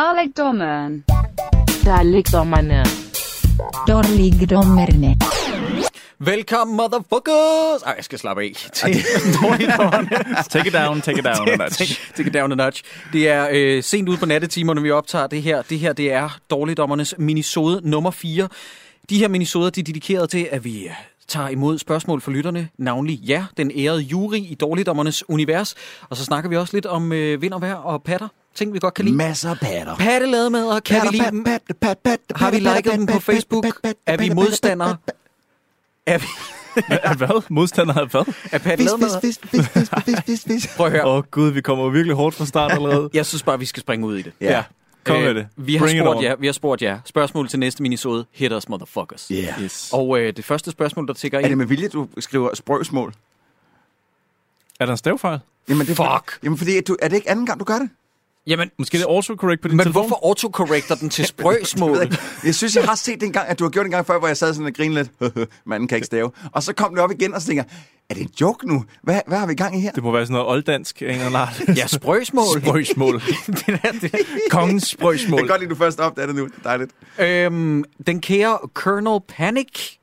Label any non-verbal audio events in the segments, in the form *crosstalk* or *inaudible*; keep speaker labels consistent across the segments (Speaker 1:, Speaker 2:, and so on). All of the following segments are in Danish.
Speaker 1: Dalekdommeren.
Speaker 2: Dalekdommerne.
Speaker 3: Dorligdommerne.
Speaker 4: Velkommen, motherfuckers! Ej, jeg skal slappe af. Til dårligt
Speaker 5: *laughs* Take it down, take it
Speaker 6: *laughs*
Speaker 4: *laughs*
Speaker 5: down.
Speaker 4: Det-
Speaker 5: Anders.
Speaker 4: take- Take it down a notch. Det er øh, sent ude på nattetimerne, vi optager det her. Det her, det er Dårligdommernes minisode nummer 4. De her minisoder, de er dedikeret til, at vi øh, tager imod spørgsmål fra lytterne, navnlig jer, den ærede jury i Dårligdommernes univers. Og så snakker vi også lidt om øh, vind og vejr og patter. Ting, vi godt kan lide.
Speaker 5: Masser af patter.
Speaker 4: Pattelademad og kan vi lide dem? Har vi liket dem på Facebook? Er vi modstandere? Er, vi,
Speaker 5: Af hvad? Modstander af hvad?
Speaker 4: er pattelademad?
Speaker 6: *laughs*
Speaker 4: Prøv at høre.
Speaker 5: Åh oh, gud, vi kommer virkelig hårdt fra start allerede.
Speaker 4: Jeg synes bare, vi skal springe ud i det.
Speaker 5: ja. ja.
Speaker 6: Øh,
Speaker 5: Kom med det.
Speaker 4: Øh, Vi har,
Speaker 5: Bring it
Speaker 4: spurgt
Speaker 5: on.
Speaker 4: jer, vi har spurgt jer. Spørgsmål til næste minisode. Hit us, motherfuckers.
Speaker 6: Yeah.
Speaker 5: Yes. Og
Speaker 4: Og øh, det første spørgsmål, der tigger
Speaker 6: Er det
Speaker 4: ind...
Speaker 6: med vilje, du skriver sprøgsmål?
Speaker 5: er der en stavfejl?
Speaker 6: Jamen, det er For,
Speaker 4: Fuck.
Speaker 6: jamen, fordi du, er det ikke anden gang, du gør det?
Speaker 4: Jamen,
Speaker 5: Måske er det autocorrect på din
Speaker 4: men
Speaker 5: telefon?
Speaker 4: hvorfor autocorrecter den til sprøgsmål?
Speaker 6: Jeg, jeg synes, jeg har set det en gang, at du har gjort det en gang før, hvor jeg sad sådan og grinede lidt. *laughs* Manden kan ikke stave. Og så kom det op igen, og så tænker jeg, er det en joke nu? Hvad, hvad har vi i gang i her?
Speaker 5: Det må være sådan noget olddansk, en eller
Speaker 6: *laughs*
Speaker 5: anden
Speaker 4: ja, sprøgsmål.
Speaker 5: *laughs* Sprøgsmål.
Speaker 4: den, er, *laughs* det.
Speaker 5: Kongens
Speaker 6: Jeg kan
Speaker 5: sprøgsmål.
Speaker 6: godt lide, at du først opdager det nu. Det er dejligt.
Speaker 4: Øhm, den kære Colonel Panic,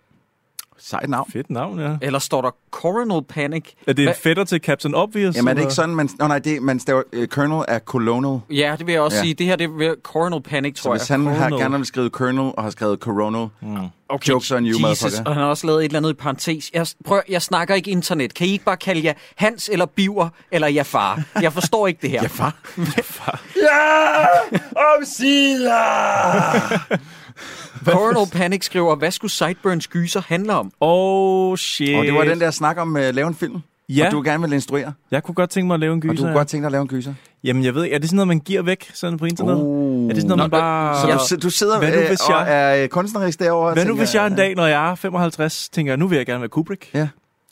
Speaker 6: Sejt navn.
Speaker 5: Fedt navn, ja.
Speaker 4: eller står der Coronal Panic?
Speaker 5: Er det
Speaker 4: Hva-
Speaker 5: en fætter til Captain Obvious?
Speaker 6: Jamen, er det
Speaker 5: eller?
Speaker 6: ikke sådan, man... Nå, nej, det, man staver, uh, Colonel er Colonel.
Speaker 4: Ja, det vil jeg også ja.
Speaker 6: Ja.
Speaker 4: sige. Det her, det er Coronal Panic,
Speaker 6: Så
Speaker 4: tror jeg.
Speaker 6: hvis han har
Speaker 5: Colonel.
Speaker 6: gerne vil skrive Colonel, og har skrevet Coronal,
Speaker 5: Mm.
Speaker 4: Okay,
Speaker 6: jokes on you,
Speaker 4: Jesus,
Speaker 6: motherfucker.
Speaker 4: og han har også lavet et eller andet i parentes. Jeg, prøv, jeg snakker ikke internet. Kan I ikke bare kalde jer Hans eller Biver eller jer far? Jeg forstår ikke det her. Jeg far? ja! Omsider! Coronal Panic skriver, hvad skulle Sideburns gyser handle om?
Speaker 5: Oh, shit.
Speaker 6: og det var den der snak om at uh, lave en film,
Speaker 5: Ja,
Speaker 6: og du gerne vil instruere,
Speaker 5: jeg kunne godt tænke mig at lave en gyser.
Speaker 6: og du kunne
Speaker 5: ja.
Speaker 6: godt tænke dig at lave en gyser.
Speaker 5: Jamen, jeg ved ikke, er det sådan noget, man giver væk sådan på internettet?
Speaker 6: Uh.
Speaker 5: Er det sådan noget, man
Speaker 4: Nå,
Speaker 5: bare...
Speaker 6: Så du, si- du sidder
Speaker 5: Hvad nu, hvis
Speaker 6: øh, og er øh, kunstnerisk derovre? og
Speaker 5: Hvad nu,
Speaker 6: tænker,
Speaker 5: hvis jeg en
Speaker 6: øh,
Speaker 5: dag, når jeg er 55, tænker, nu vil jeg gerne være Kubrick?
Speaker 6: Ja.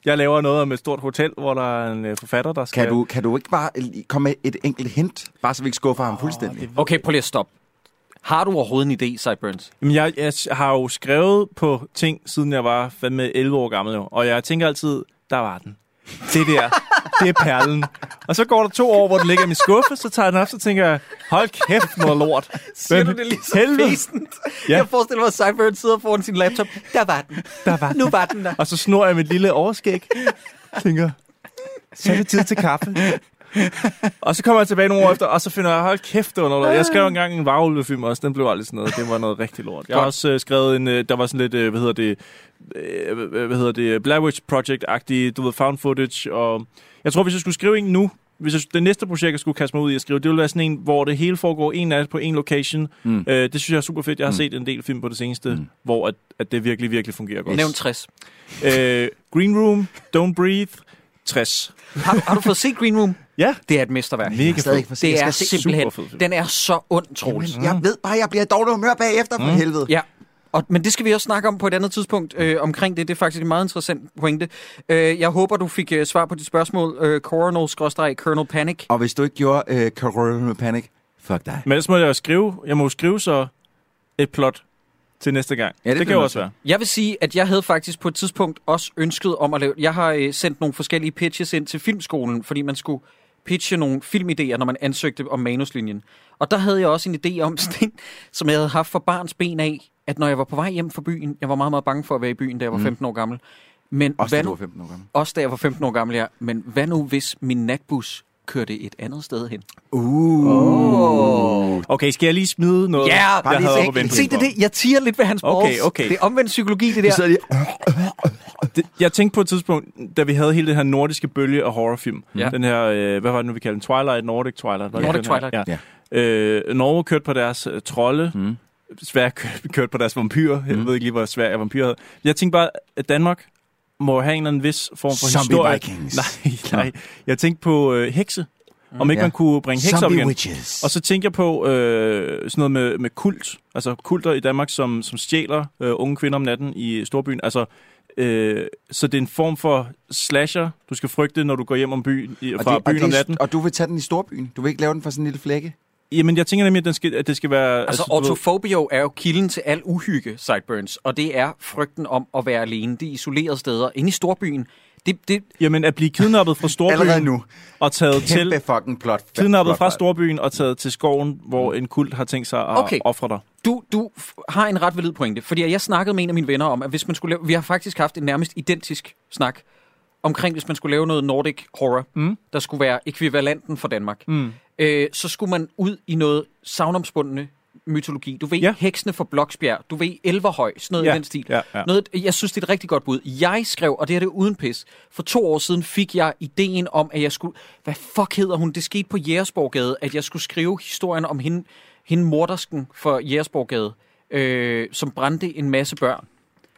Speaker 5: Jeg laver noget om et stort hotel, hvor der er en øh, forfatter, der skal...
Speaker 6: Kan du, kan du ikke bare øh, lige komme med et enkelt hint, bare så vi ikke skuffer ham fuldstændig?
Speaker 4: Okay, prøv lige at stoppe. Har du overhovedet en idé, Sideburns?
Speaker 5: Jamen, jeg, jeg s- har jo skrevet på ting, siden jeg var fandme 11 år gammel, jo. og jeg tænker altid, der var den. Det der, det er perlen. Og så går der to år, hvor den ligger i min skuffe, så tager jeg den op, så tænker jeg, hold kæft, noget lort.
Speaker 4: Siger
Speaker 5: Men
Speaker 4: du det lige så
Speaker 5: helvede.
Speaker 4: fæsent?
Speaker 5: Ja.
Speaker 4: Jeg forestiller mig, at Sideburns sidder foran sin laptop. Der var den.
Speaker 5: Der var den.
Speaker 4: Nu var den der.
Speaker 5: Og så snor jeg mit lille overskæg. Tænker, så er det tid til kaffe. og så kommer jeg tilbage nogle år efter, og så finder jeg, hold kæft, det var noget lort. Jeg skrev engang en varulvefilm også, den blev aldrig sådan noget. Det var noget rigtig lort. Jeg har
Speaker 4: Godt.
Speaker 5: også øh, skrevet en, øh, der var sådan lidt, øh, hvad hedder det, øh, hvad hvad hedder det, Blair Witch Project-agtig, du ved, found footage. Og jeg tror, hvis jeg skulle skrive en nu, hvis jeg, det næste projekt, jeg skulle kaste mig ud i at skrive, det ville være sådan en, hvor det hele foregår en nat på en location. Mm. Øh, det synes jeg er super fedt. Jeg har mm. set en del film på det seneste, mm. hvor at, at det virkelig, virkelig fungerer godt.
Speaker 4: Nævn 60.
Speaker 5: Øh, Green Room, Don't Breathe, 60.
Speaker 4: Har, har du fået set Green Room?
Speaker 5: Ja.
Speaker 4: Det er et mesterværk.
Speaker 6: Jeg kan stadig ikke for
Speaker 4: Det er
Speaker 6: se.
Speaker 4: simpelthen,
Speaker 5: superfed film.
Speaker 4: den er så ond, Troels.
Speaker 6: Men Jeg ved bare, jeg bliver i dårlig humør bagefter,
Speaker 5: Mm.
Speaker 6: for helvede.
Speaker 4: Ja, og, men det skal vi også snakke om på et andet tidspunkt øh, omkring det. Det er faktisk en meget interessant pointe. Øh, jeg håber, du fik øh, svar på dit spørgsmål. Øh, Coronal-Colonel Panic.
Speaker 6: Og hvis du ikke gjorde øh, Carol med panik, fuck dig.
Speaker 5: Men ellers må jeg jo skrive, jeg må jo skrive så et plot til næste gang.
Speaker 6: Ja, det bliver
Speaker 5: det kan jo
Speaker 6: man
Speaker 5: også
Speaker 6: til.
Speaker 5: være.
Speaker 4: Jeg vil sige, at jeg havde faktisk på et tidspunkt også ønsket om at lave... Jeg har øh, sendt nogle forskellige pitches ind til filmskolen, fordi man skulle pitche nogle filmidéer, når man ansøgte om manuslinjen. Og der havde jeg også en idé om *laughs* sådan en, som jeg havde haft for barns ben af, at når jeg var på vej hjem fra byen, jeg var meget, meget bange for at være i byen, da jeg var 15 år gammel. Men
Speaker 6: Også da
Speaker 4: hvad
Speaker 6: du
Speaker 4: nu,
Speaker 6: var 15 år gammel.
Speaker 4: Også da jeg var 15 år gammel, ja. Men hvad nu, hvis min natbus kørte et andet sted hen? Oh.
Speaker 5: Okay, skal jeg lige smide noget?
Speaker 4: Ja,
Speaker 5: jeg
Speaker 6: lige
Speaker 5: havde
Speaker 6: så
Speaker 5: oppe
Speaker 6: enkelt.
Speaker 5: at vente
Speaker 4: Se, det er
Speaker 5: på.
Speaker 4: det. Jeg tiger lidt ved hans
Speaker 5: Okay,
Speaker 4: balls.
Speaker 5: okay.
Speaker 4: Det er omvendt psykologi, det
Speaker 6: Du
Speaker 4: der.
Speaker 6: sidder lige,
Speaker 5: det, jeg tænkte på et tidspunkt, da vi havde hele den her nordiske bølge af horrorfilm.
Speaker 4: Ja.
Speaker 5: Ja. Den her, øh, hvad var det nu, vi kaldte den? Twilight, Nordic Twilight. var det
Speaker 4: Nordic
Speaker 5: den her?
Speaker 4: Twilight.
Speaker 5: Ja. Øh, Norge kørte på deres øh, trolde. Mm. Sverige *laughs* kørte, kørte på deres vampyrer. Jeg ved ikke lige, hvor Sverige er vampyrer. havde. Jeg tænkte bare, at Danmark må have en eller anden vis form for
Speaker 6: Zombie
Speaker 5: historie.
Speaker 6: Vikings.
Speaker 5: Nej, nej. Jeg tænkte på øh, hekse. Om ikke
Speaker 6: Ja.
Speaker 5: man kunne bringe hekse op
Speaker 6: Zombie
Speaker 5: igen.
Speaker 6: witches.
Speaker 5: Og så tænker jeg på øh, sådan noget med, med kult, altså kulter i Danmark, som, som stjæler øh, unge kvinder om natten i storbyen. Altså, øh, så det er en form for slasher, du skal frygte, når du går hjem om byen, i, fra byen om natten.
Speaker 6: og du vil tage den i storbyen. Du vil ikke lave den fra sådan en lille flække.
Speaker 5: Jamen, jeg tænker nemlig, at, den skal, at det skal være...
Speaker 4: Altså,
Speaker 5: du ved-
Speaker 4: autofobio er jo kilden til al uhygge, Sideburns. Og det er frygten om at være alene. De isolerede steder inde i storbyen. Det, det,
Speaker 5: Jamen, at blive kidnappet fra storbyen
Speaker 6: Allerede nu.
Speaker 5: og taget til...
Speaker 6: Kæmpe fucking plot.
Speaker 5: Kidnappet
Speaker 6: plot-
Speaker 5: fra storbyen og taget til skoven, hvor
Speaker 6: Mm.
Speaker 5: en kult har tænkt sig at
Speaker 4: Okay.
Speaker 5: okay. ofre dig.
Speaker 4: du, du f- har en ret valid pointe, fordi jeg snakkede med en af mine venner om, at hvis man skulle lave, vi har faktisk haft en nærmest identisk snak omkring, hvis man skulle lave noget Nordic horror, mm. der skulle være ekvivalenten for Danmark, mm. øh, så skulle man ud i noget savnomspundende mytologi. Du ved, ja.
Speaker 5: Ja.
Speaker 4: heksene fra Bloksbjerg, du ved, Elverhøj, sådan noget ja.
Speaker 5: Ja,
Speaker 4: i den stil.
Speaker 5: ja, ja.
Speaker 4: Noget, jeg synes, det er et rigtig godt bud. Jeg skrev, og det her det er uden pis, for to år siden fik jeg ideen om, at jeg skulle... Hvad fuck hedder hun? Det skete på Jægersborggade, at jeg skulle skrive historien om hende, hende mordersken for Jægersborggade, øh, som brændte en masse børn.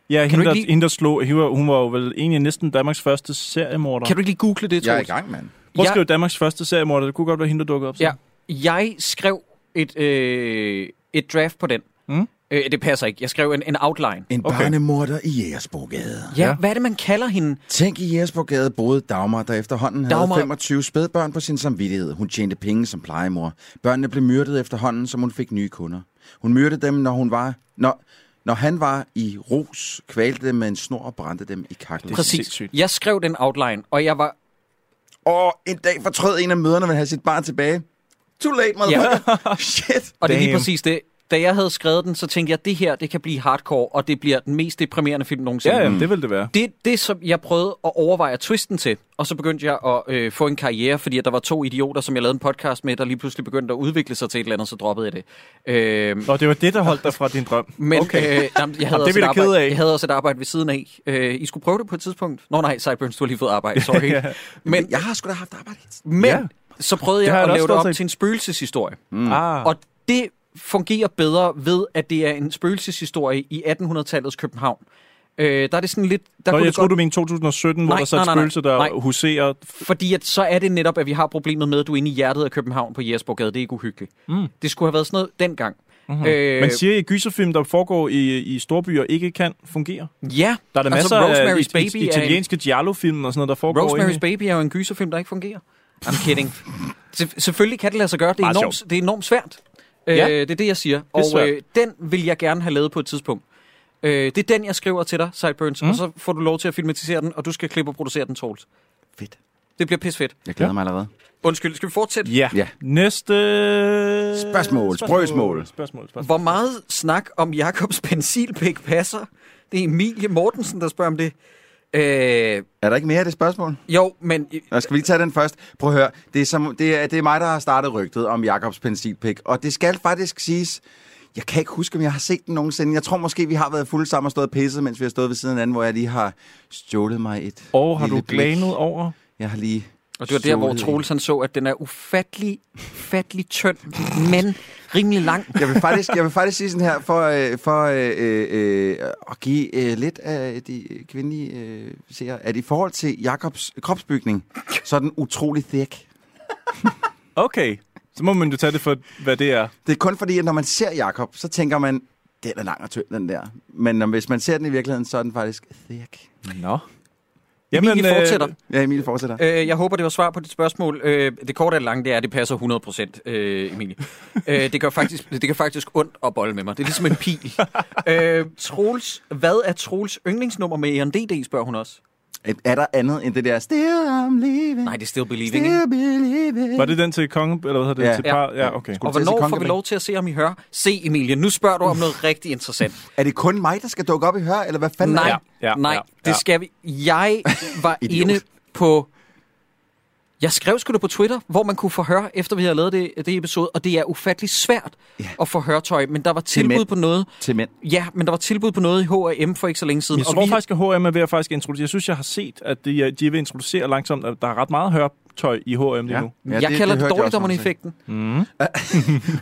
Speaker 5: Ja,
Speaker 4: du
Speaker 5: hende der,
Speaker 4: ikke lide-
Speaker 5: hende, der slog, hun var, hun var jo vel egentlig næsten Danmarks første seriemorder.
Speaker 4: Kan du ikke lige google det,
Speaker 6: Jeg er i
Speaker 4: Troels?
Speaker 6: gang, mand.
Speaker 5: Prøv at
Speaker 4: Jeg-
Speaker 5: skrive Danmarks første seriemorder. Det kunne godt være hende, der dukkede op. så.
Speaker 4: Ja, jeg skrev et, øh, et draft på den.
Speaker 5: Mm.
Speaker 4: Øh, det passer ikke. Jeg skrev en, en outline.
Speaker 6: En okay.
Speaker 5: Okay.
Speaker 6: barnemorder i Jægersborggade.
Speaker 4: Ja, ja,
Speaker 5: Ja.
Speaker 4: hvad er det, man kalder hende?
Speaker 6: Tænk, i Jægersborggade boede Dagmar, der efterhånden havde
Speaker 4: Dagmar.
Speaker 6: 25 spædbørn på sin samvittighed. Hun tjente penge som plejemor. Børnene blev myrdet efterhånden, som hun fik nye kunder. Hun myrdede dem, når hun var... Når, når han var i ros, kvalte dem med en snor og brændte dem i kaktus.
Speaker 4: Præcis.
Speaker 5: sindssygt.
Speaker 4: Jeg skrev den outline, og jeg var
Speaker 6: Og en dag fortrød en af møderne vil have sit barn tilbage. Too late, motherfucker.
Speaker 4: *laughs*
Speaker 6: Yeah. Shit.
Speaker 4: Og det er lige
Speaker 5: Damn.
Speaker 4: præcis det. Da jeg havde skrevet den, så tænkte jeg, at det her det kan blive hardcore, og det bliver den mest deprimerende film nogensinde. Mm.
Speaker 5: Ja, ja, det ville det være.
Speaker 4: Det, det, som jeg prøvede at overveje twisten til, og så begyndte jeg at øh, få en karriere, fordi at der var to idioter, som jeg lavede en podcast med, der lige pludselig begyndte at udvikle sig til et eller andet, så droppede jeg det. Øh,
Speaker 5: Nå, det var det, der holdt dig fra din drøm.
Speaker 4: men
Speaker 5: okay.
Speaker 4: øh, jamen, jeg, havde
Speaker 5: er
Speaker 4: også
Speaker 5: vi
Speaker 4: et
Speaker 5: da kede
Speaker 4: arbejde,
Speaker 5: af.
Speaker 4: jeg havde også et arbejde ved siden af. Øh, I skulle prøve det på et tidspunkt. Nå nej, Sideburns, du har lige fået arbejde, sorry.
Speaker 5: *laughs*
Speaker 4: Men,
Speaker 6: Jeg har sgu da haft arbejde. hele tiden.
Speaker 4: men
Speaker 5: Ja.
Speaker 4: så prøvede
Speaker 5: Det
Speaker 4: jeg
Speaker 5: har jeg
Speaker 4: at
Speaker 5: da
Speaker 4: lave
Speaker 5: også
Speaker 4: det op
Speaker 5: stået til.
Speaker 4: til en spøgelseshistorie.
Speaker 5: Mm. Ah.
Speaker 4: Og det fungerer bedre ved, at det er en spøgelseshistorie i 1800-tallets København. Øh, der er det sådan lidt... Der
Speaker 5: Nå,
Speaker 4: kunne
Speaker 5: jeg
Speaker 4: det
Speaker 5: troede,
Speaker 4: godt,
Speaker 5: du mente 2017, hvor
Speaker 4: Nej,
Speaker 5: der så er et
Speaker 4: nej, nej, nej.
Speaker 5: spøgelse, der
Speaker 4: Nej.
Speaker 5: huserer.
Speaker 4: Fordi at, så er det netop, at vi har problemet med, at du er inde i hjertet af København på Jesborgade. Det er ikke uhyggeligt. Mm. Det skulle have været sådan noget dengang. Mm-hmm. Øh,
Speaker 5: Man siger, at gyserfilm, der foregår i, i storbyer, ikke kan fungere.
Speaker 4: ja,
Speaker 5: Der er
Speaker 4: altså,
Speaker 5: der masser af
Speaker 4: Rosemary's
Speaker 5: it-
Speaker 4: Baby
Speaker 5: it- italienske giallo-film og sådan noget, der
Speaker 4: er en,
Speaker 5: foregår
Speaker 4: Rosemary's
Speaker 5: inde i-
Speaker 4: Baby er jo en gyserfilm, der ikke fungerer. I'm kidding. Sel- Selvfølgelig kan det lade sig gøre. Det er,
Speaker 5: Meget
Speaker 4: enormt, det er enormt svært. Øh,
Speaker 5: Ja.
Speaker 4: det er det, jeg siger.
Speaker 5: er
Speaker 4: og
Speaker 5: svært.
Speaker 4: øh, den vil jeg gerne have lavet på et tidspunkt. Øh, det er den, jeg skriver til dig, Sideburns, mm. og så får du lov til at filmatisere den, og du skal klippe og producere den, Troels.
Speaker 6: Fedt.
Speaker 4: Det bliver pisfedt.
Speaker 6: Jeg glæder mig allerede.
Speaker 4: Undskyld, skal vi fortsætte?
Speaker 5: Ja.
Speaker 6: Ja.
Speaker 5: ja. Næste...
Speaker 6: Spørgsmål, brødsmål.
Speaker 5: Spørgsmål, spørgsmål.
Speaker 4: Hvor meget snak om Jakobs pensilpæk passer? Det er Emilie Mortensen, der spørger om det. Øh,
Speaker 6: Er der ikke mere af det spørgsmål?
Speaker 4: jo, men øh,
Speaker 6: Nå, skal vi lige tage den først? Prøv at høre, det er, som, det, er, det er mig, der har startet rygtet om Jakobs pensilpik, og det skal faktisk siges, jeg kan ikke huske, om jeg har set den nogensinde. Jeg tror måske, vi har været fulde sammen og stået og pisset, mens vi har stået ved siden af hinanden, hvor jeg lige har stjålet mig et
Speaker 5: Og har
Speaker 6: lille
Speaker 5: du
Speaker 6: blik.
Speaker 5: glanet over?
Speaker 6: Jeg har lige...
Speaker 4: og det var der, hvor
Speaker 6: stjålet
Speaker 4: Troels han så, at den er ufattelig, ufattelig tynd, men rimelig lang.
Speaker 6: Jeg vil faktisk, jeg vil faktisk sige sådan her, for, øh, for øh, øh, øh, at give øh, lidt af de kvindelige øh, seere, at i forhold til Jakobs kropsbygning, så er den utrolig thick.
Speaker 5: Okay. Så må man jo tage det for, hvad det er.
Speaker 6: Det er kun fordi, at når man ser Jakob, så tænker man, den er lang og tynd, den der. Men når, hvis man ser den i virkeligheden, så er den faktisk thick.
Speaker 5: Nå.
Speaker 4: Emilie
Speaker 5: øh,
Speaker 4: fortsætter.
Speaker 6: Ja, Emil fortsætter.
Speaker 4: Øh, jeg håber, det var svar på dit spørgsmål. Øh, det korte og det lange, det er, at det passer 100%, øh, Emilie. øh, det, gør faktisk, det gør faktisk ondt at bolle med mig. Det er ligesom en *laughs* pil. øh, Troels, hvad er Troels yndlingsnummer med ENDD, spørger hun også.
Speaker 6: Er der andet end det der, still I'm leaving,
Speaker 4: Øh. Nej, det er Still Believing, ikke?
Speaker 6: still believing.
Speaker 5: Var det den til konge, eller hvad hedder det?
Speaker 6: Ja.
Speaker 5: Til par? Ja, okay.
Speaker 4: Og
Speaker 6: til at sige
Speaker 4: hvornår får vi
Speaker 6: kongebænk?
Speaker 4: lov til at se, om I hører? Se, Emilie, nu spørger du om noget rigtig interessant.
Speaker 6: Er det kun mig, der skal dukke op i hør, eller hvad fanden
Speaker 4: Nej,
Speaker 6: er
Speaker 4: ja,
Speaker 6: det?
Speaker 5: ja,
Speaker 4: nej,
Speaker 5: ja,
Speaker 4: det
Speaker 5: ja.
Speaker 4: skal vi. Jeg var
Speaker 6: Idiot.
Speaker 4: inde på... Jeg skrev sgu da på Twitter, hvor man kunne forhøre, efter vi havde lavet det, det episode, og det er ufattelig svært ja. at få hørtøj, men der var tilbud
Speaker 6: mænd.
Speaker 4: på noget.
Speaker 6: Til mænd.
Speaker 4: Ja, men der var tilbud på noget i H&M for ikke så længe siden.
Speaker 5: Jeg tror faktisk, at H&M er ved at faktisk introducere. Jeg synes, jeg har set, at de, øh, de er ved at introducere langsomt, at der er ret meget høretøj i H&M lige nu.
Speaker 4: jeg det, kalder det,
Speaker 6: hørte
Speaker 4: det
Speaker 6: jeg også nogen sige.
Speaker 4: dårligdommerne-effekten.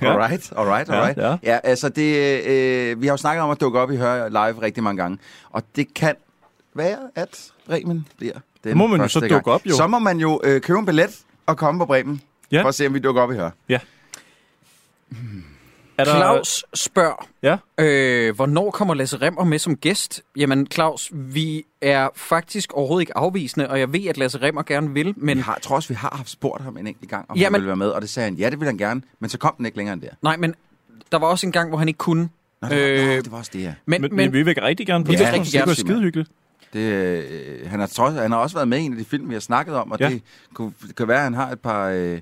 Speaker 5: Ja.
Speaker 6: Alright, alright,
Speaker 5: Ja,
Speaker 6: alright. Ja, ja.
Speaker 5: ja.
Speaker 6: ja altså det, øh, vi har jo snakket om at dukke op i Hør live rigtig mange gange, og det kan være, at Bremen bliver den
Speaker 5: Må man jo
Speaker 6: første
Speaker 5: så
Speaker 6: gang.
Speaker 5: dukke op, jo.
Speaker 6: Så må man jo øh, købe en billet og komme på Bremen, ja.
Speaker 5: Ja.
Speaker 6: for at se, om vi dukker op i Hør.
Speaker 5: Er der,
Speaker 4: Claus spørger,
Speaker 5: Ja.
Speaker 4: øh, hvornår kommer Lasse Remmer med som gæst? Jamen Claus, vi er faktisk overhovedet ikke afvisende, og jeg ved, at Lasse Remmer gerne vil, men
Speaker 6: Vi har, jeg tror også, vi har haft spurgt ham en enkelt gang, om
Speaker 4: Ja,
Speaker 6: ja, han
Speaker 4: men-
Speaker 6: ville være med, og det sagde han, ja, det ville han gerne, men så kom den ikke længere end der.
Speaker 4: Nej, men der var også en gang, hvor han ikke kunne.
Speaker 6: Nå, det, var, øh,
Speaker 4: Øh,
Speaker 6: nå, det var også det, ja.
Speaker 4: Men,
Speaker 5: Men,
Speaker 4: men,
Speaker 5: men, vi vil rigtig gerne på
Speaker 4: Vi
Speaker 5: ja,
Speaker 4: vil
Speaker 5: det.
Speaker 4: rigtig
Speaker 5: Det
Speaker 4: gerne,
Speaker 5: kunne være
Speaker 6: Simon.
Speaker 5: skide hyggeligt.
Speaker 6: Det, øh, han, har, trods- han har også været med i en af de film, vi har snakket om, og
Speaker 5: Ja.
Speaker 6: ja. det kunne, det kan være, at han har et par, øh,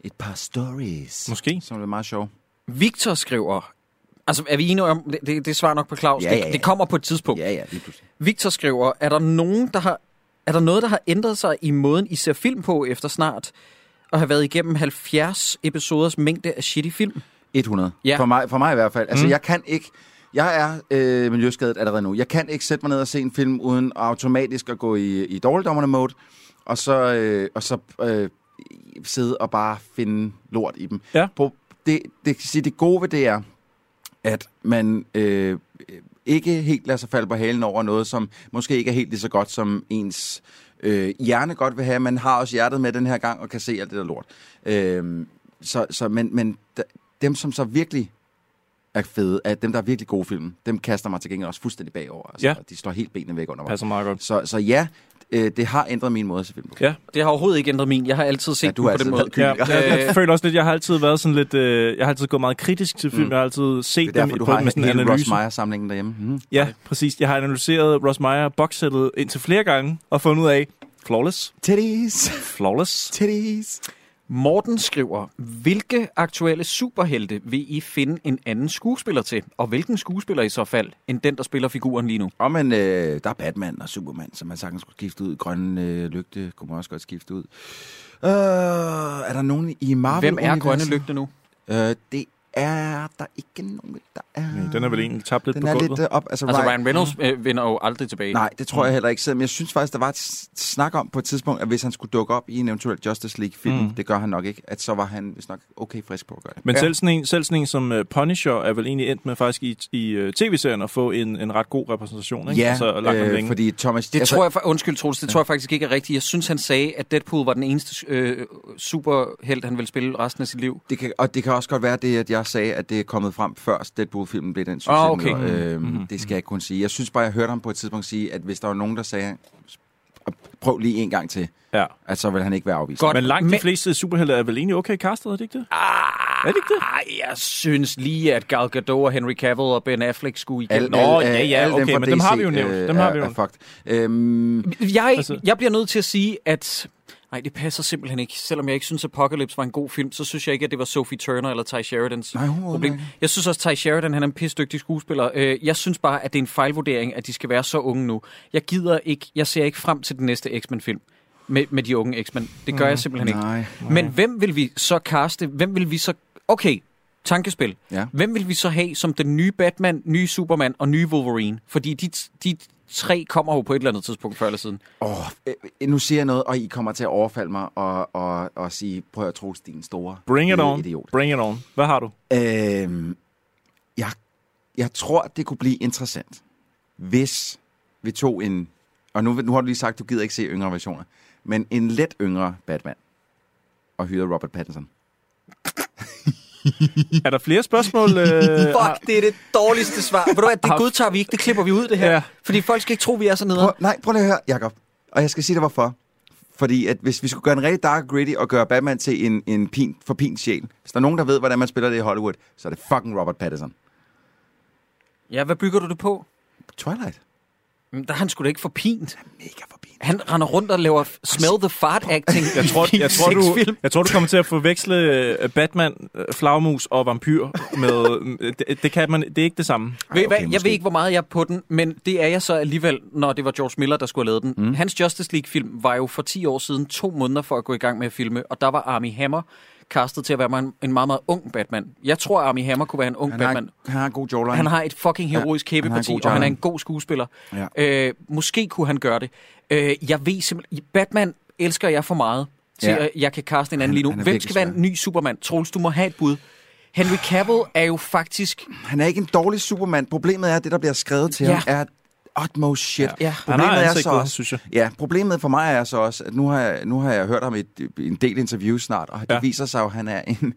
Speaker 6: et par stories,
Speaker 5: Måske.
Speaker 6: som er meget sjove.
Speaker 4: Victor skriver... Altså, er vi enige om... Det, det, det svarer nok på Claus.
Speaker 6: Ja,
Speaker 4: det,
Speaker 6: ja, ja.
Speaker 4: det kommer på et tidspunkt.
Speaker 6: Ja, ja, lige pludselig.
Speaker 4: Victor skriver, er der nogen, der har, er der noget, der har ændret sig i måden, I ser film på efter snart at have været igennem 70 episoders mængde af shitty film?
Speaker 6: 100.
Speaker 4: Ja.
Speaker 6: For, mig, for mig i hvert fald. Altså,
Speaker 5: Mm.
Speaker 6: mm. jeg kan ikke... Jeg er øh, miljøskadet allerede nu. Jeg kan ikke sætte mig ned og se en film, uden automatisk at gå i, i dårligdommerne-mode, og så, øh, og så øh, sidde og bare finde lort i dem.
Speaker 5: Ja.
Speaker 6: Pro- Det, det, kan sige, det gode ved det er, at man øh, ikke helt lader sig falde på halen over noget, som måske ikke er helt lige så godt, som ens øh, hjerne godt vil have. Man har også hjertet med den her gang og kan se alt det der lort. Øh, så, så, men men d- dem, som så virkelig er fede, er dem, der er virkelig gode film, dem kaster mig til gengæld også fuldstændig bagover. Altså,
Speaker 5: Ja.
Speaker 6: Og De står helt benene væk under mig.
Speaker 5: Passer meget godt.
Speaker 6: Så, så ja, øh, det har ændret min måde at se film på.
Speaker 5: Ja.
Speaker 4: Det har overhovedet ikke ændret min. Jeg har altid set
Speaker 6: Ja,
Speaker 4: ja,
Speaker 6: du altså
Speaker 4: den
Speaker 6: har
Speaker 4: på
Speaker 6: altid
Speaker 4: den måde.
Speaker 6: været
Speaker 5: Ja,
Speaker 6: Kyniker.
Speaker 5: jeg,
Speaker 4: Øh.
Speaker 5: jeg føler også lidt, jeg har altid været sådan lidt, øh, jeg har altid gået meget kritisk til film,
Speaker 6: Mm.
Speaker 5: mm. jeg har altid set
Speaker 6: Det er
Speaker 5: dem
Speaker 6: derfor, du
Speaker 5: på
Speaker 6: har
Speaker 5: med sådan
Speaker 6: hele
Speaker 5: en analyse.
Speaker 6: Ross Meyer-samlingen derhjemme. Mm.
Speaker 5: Ja, præcis. Jeg har analyseret Ross Meyer boxsættet indtil flere gange og fundet ud af, flawless,
Speaker 6: Titties!
Speaker 5: flawless.
Speaker 6: Titties!
Speaker 4: Morten skriver, hvilke aktuelle superhelte vil I finde en anden skuespiller til? Og hvilken skuespiller i så fald, end den, der spiller figuren lige nu?
Speaker 6: Og men, øh, der er Batman og Superman, som man sagtens kunne skifte ud. Grønne øh, lygte kunne man også godt skifte ud. Øh, er der nogen i marvel
Speaker 4: Hvem er Grønne Lygte nu?
Speaker 6: Øh, det er der ikke nogen, der er...
Speaker 5: Nej, den er vel egentlig tabt lidt
Speaker 6: den
Speaker 5: på
Speaker 6: er
Speaker 5: gulvet. Mm.
Speaker 6: lidt øh, op. Altså,
Speaker 4: Altså,
Speaker 6: Ryan,
Speaker 4: Ryan Reynolds øh, vender jo aldrig tilbage.
Speaker 6: Nej, det tror jeg heller ikke, selvom jeg synes faktisk, der var et s- snak om på et tidspunkt, at hvis han skulle dukke op i en eventuel Justice League-film,
Speaker 5: Mm.
Speaker 6: mm. det gør han nok ikke, at så var han vist nok okay frisk på at gøre det.
Speaker 5: Men ja. selv, sådan en, selv sådan en som øh, Punisher er vel egentlig endt med faktisk i, i øh, tv-serien at få en, en ret god repræsentation, ikke?
Speaker 6: ja,
Speaker 5: altså, langt om
Speaker 6: øh,
Speaker 5: længe.
Speaker 6: fordi Thomas...
Speaker 4: Det altså, tror jeg, fa- undskyld Troels, det tror jeg faktisk ikke er rigtigt. Jeg synes, han sagde, at Deadpool var den eneste øh, superhelt, han ville spille resten af sit liv.
Speaker 6: Det kan, og det kan også godt være det, at jeg sagde, at det er kommet frem før Deadpool-filmen blev den succes.
Speaker 4: Ah, okay.
Speaker 6: den hedder. Øhm,
Speaker 5: Mhm.
Speaker 6: Det skal jeg ikke kunne sige. Jeg synes bare, jeg hørte ham på et tidspunkt sige, at hvis der var nogen, der sagde, prøv lige en gang til,
Speaker 5: Ja.
Speaker 6: at så vil han ikke være afvist.
Speaker 4: Godt.
Speaker 5: Men langt de
Speaker 4: Men-
Speaker 5: fleste superhelte er vel egentlig okay castet, er det ikke det?
Speaker 4: Ah,
Speaker 5: Er det ikke det?
Speaker 4: Ej, jeg synes lige, at Gal Gadot og Henry Cavill og Ben Affleck skulle igen.
Speaker 6: Al-
Speaker 5: Nå,
Speaker 6: al-
Speaker 5: ja, ja,
Speaker 6: alle
Speaker 5: okay,
Speaker 6: fra
Speaker 5: men dem
Speaker 6: DC,
Speaker 5: har vi jo nævnt. Dem har
Speaker 6: er-
Speaker 5: vi jo.
Speaker 6: er fucked. Øhm,
Speaker 4: Jeg,
Speaker 5: Altså-
Speaker 4: jeg bliver nødt til at sige, at... Nej, det passer simpelthen ikke. Selvom jeg ikke synes, Apocalypse var en god film, så synes jeg ikke, at det var Sophie Turner eller Ty Sheridans
Speaker 6: Nej, hun var
Speaker 4: problem.
Speaker 6: udmærket.
Speaker 4: Jeg synes også, at Ty Sheridan han er en pisdygtig skuespiller. Øh, Jeg synes bare, at det er en fejlvurdering, at de skal være så unge nu. Jeg gider ikke... Jeg ser ikke frem til den næste X-Men-film med, med de unge X-Men. Det gør jeg simpelthen ikke.
Speaker 6: Mm. nej.
Speaker 4: Men hvem vil vi så kaste? Hvem vil vi så... Okay, tankespil.
Speaker 6: Ja.
Speaker 4: Hvem vil vi så have som den nye Batman, nye Superman og nye Wolverine? Fordi de, de tre kommer jo på et eller andet tidspunkt før eller siden.
Speaker 6: Åh, øh, øh, nu siger jeg noget, og I kommer til at overfalde mig og, og, og sige, prøv at tro, din store
Speaker 5: Bring it
Speaker 6: øh,
Speaker 5: on.
Speaker 6: idiot.
Speaker 5: Bring it on. Hvad har du?
Speaker 6: Øhm, jeg, jeg tror, det kunne blive interessant, hvis vi tog en... Og nu, nu har du lige sagt, du gider ikke se yngre versioner. Men en let yngre Batman. Og hyrede Robert Pattinson.
Speaker 5: Er der flere
Speaker 6: *laughs*
Speaker 5: spørgsmål? Øh, har-
Speaker 4: Fuck, det er det dårligste svar. Ved du hvad, det godtager vi ikke, det klipper vi ud det her.
Speaker 5: Ja.
Speaker 4: Ja. Fordi folk skal ikke tro, vi er så
Speaker 6: Prøv,
Speaker 4: nede.
Speaker 6: nej, prøv lige at høre, Jacob. Og jeg skal sige dig, hvorfor. Fordi at hvis vi skulle gøre en rigtig dark og gritty og gøre Batman til en, en pin, for pin sjæl, hvis der er nogen, der ved, hvordan man spiller det i Hollywood, så er det fucking Robert Pattinson.
Speaker 4: Ja, hvad bygger du det på?
Speaker 6: Twilight.
Speaker 4: Jamen, Der er han sgu da ikke for pint.
Speaker 6: Mega for pin.
Speaker 4: Han render rundt og laver f- smell the fart acting
Speaker 5: Jeg
Speaker 6: *laughs*
Speaker 5: tror, jeg, tror, du,
Speaker 4: Sexfilm.
Speaker 5: jeg tror, du kommer til at forveksle øh, Batman, øh, flagmus og vampyr med... øh, Det, det, kan man, det er ikke det samme.
Speaker 4: Ved I hvad?
Speaker 6: okay,
Speaker 4: jeg
Speaker 6: måske.
Speaker 4: ved ikke, hvor meget jeg er på den, men det er jeg så alligevel, når det var George Miller, der skulle have lavet den. Mm. Hans Justice League-film var jo for 10 år siden to måneder for at gå i gang med at filme, og der var Armie Hammer castet til at være en, en meget, meget ung Batman. Jeg tror, Armie Hammer kunne være en ung
Speaker 6: Han har,
Speaker 4: Batman.
Speaker 6: han har en god jawline.
Speaker 4: Han har et fucking heroisk
Speaker 6: Ja, han har en
Speaker 4: kæbeparti,
Speaker 6: god
Speaker 4: og han er
Speaker 6: timing.
Speaker 4: en god skuespiller.
Speaker 6: Ja.
Speaker 4: Øh, måske kunne han gøre det. Øh, jeg ved simpelthen... Batman elsker jeg for meget, til
Speaker 6: Ja.
Speaker 4: ja. at jeg kan kaste en anden
Speaker 6: Han-
Speaker 4: lige nu.
Speaker 6: han er
Speaker 4: Hvem
Speaker 6: virkelig
Speaker 4: skal være en ny Superman? Troels, du må have et bud. Henry Cavill er jo faktisk...
Speaker 6: Han er ikke en dårlig Superman. Problemet er, at det, der bliver skrevet til ja.
Speaker 4: Ja.
Speaker 6: ham, er utmost shit.
Speaker 4: Ja.
Speaker 5: Han har
Speaker 6: Problemet er så
Speaker 5: ansigtet,
Speaker 6: også,
Speaker 5: synes jeg.
Speaker 6: ja, problemet for mig er så også, at nu har jeg, nu har jeg hørt ham i et, en del interviews snart, og det
Speaker 5: Ja.
Speaker 6: ja. viser sig jo, at han er en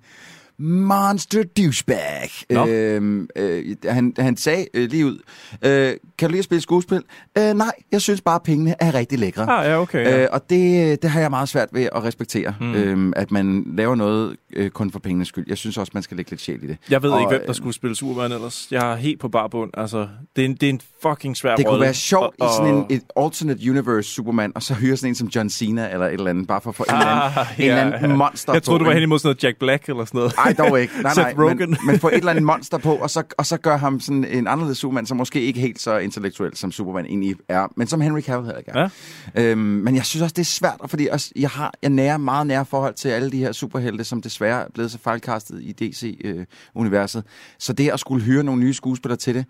Speaker 6: monster douchebag.
Speaker 5: Nå.
Speaker 6: Øhm, øh, han, han sagde øh, lige ud, øh, kan du lige spille skuespil? Øh, nej, jeg synes bare, at pengene er rigtig lækre.
Speaker 5: Ah, ja, okay. Ja.
Speaker 6: Øh, og det, øh, det har jeg meget svært ved at respektere, mm. øhm, at man laver noget øh, kun for pengenes skyld. Jeg synes også, man skal lægge lidt sjæl i det.
Speaker 5: Jeg ved
Speaker 6: og,
Speaker 5: ikke, hvem der
Speaker 6: øh,
Speaker 5: skulle spille Superman ellers. Jeg er helt på barbund. Altså, det er en, det er en fucking svær
Speaker 6: Det
Speaker 5: rolle.
Speaker 6: kunne være sjovt i
Speaker 5: Og-
Speaker 6: sådan en,
Speaker 5: og-
Speaker 6: et alternate universe Superman, og så hyre sådan en som John Cena eller et eller andet, bare for at få en eller anden,
Speaker 5: Ah,
Speaker 6: en eller anden monster
Speaker 5: Jeg troede,
Speaker 6: på,
Speaker 5: du var
Speaker 6: ikke?
Speaker 5: hen imod sådan noget Jack Black eller sådan noget.
Speaker 6: Ej, dog
Speaker 5: *laughs*
Speaker 6: ikke. Nej,
Speaker 5: Seth
Speaker 6: nej,
Speaker 5: Rogen.
Speaker 6: men, men få et eller andet monster på, og så, og så gør ham sådan en anderledes Superman, som måske ikke helt så intellektuel, som Superman egentlig er, men som Henry Cavill heller ikke er. Ja. Øhm, men jeg synes også, det er svært, og fordi også, jeg har jeg nære, meget nære forhold til alle de her superhelte, som desværre er blevet så fejlkastet i DC-universet. så det at skulle hyre nogle nye skuespillere til det,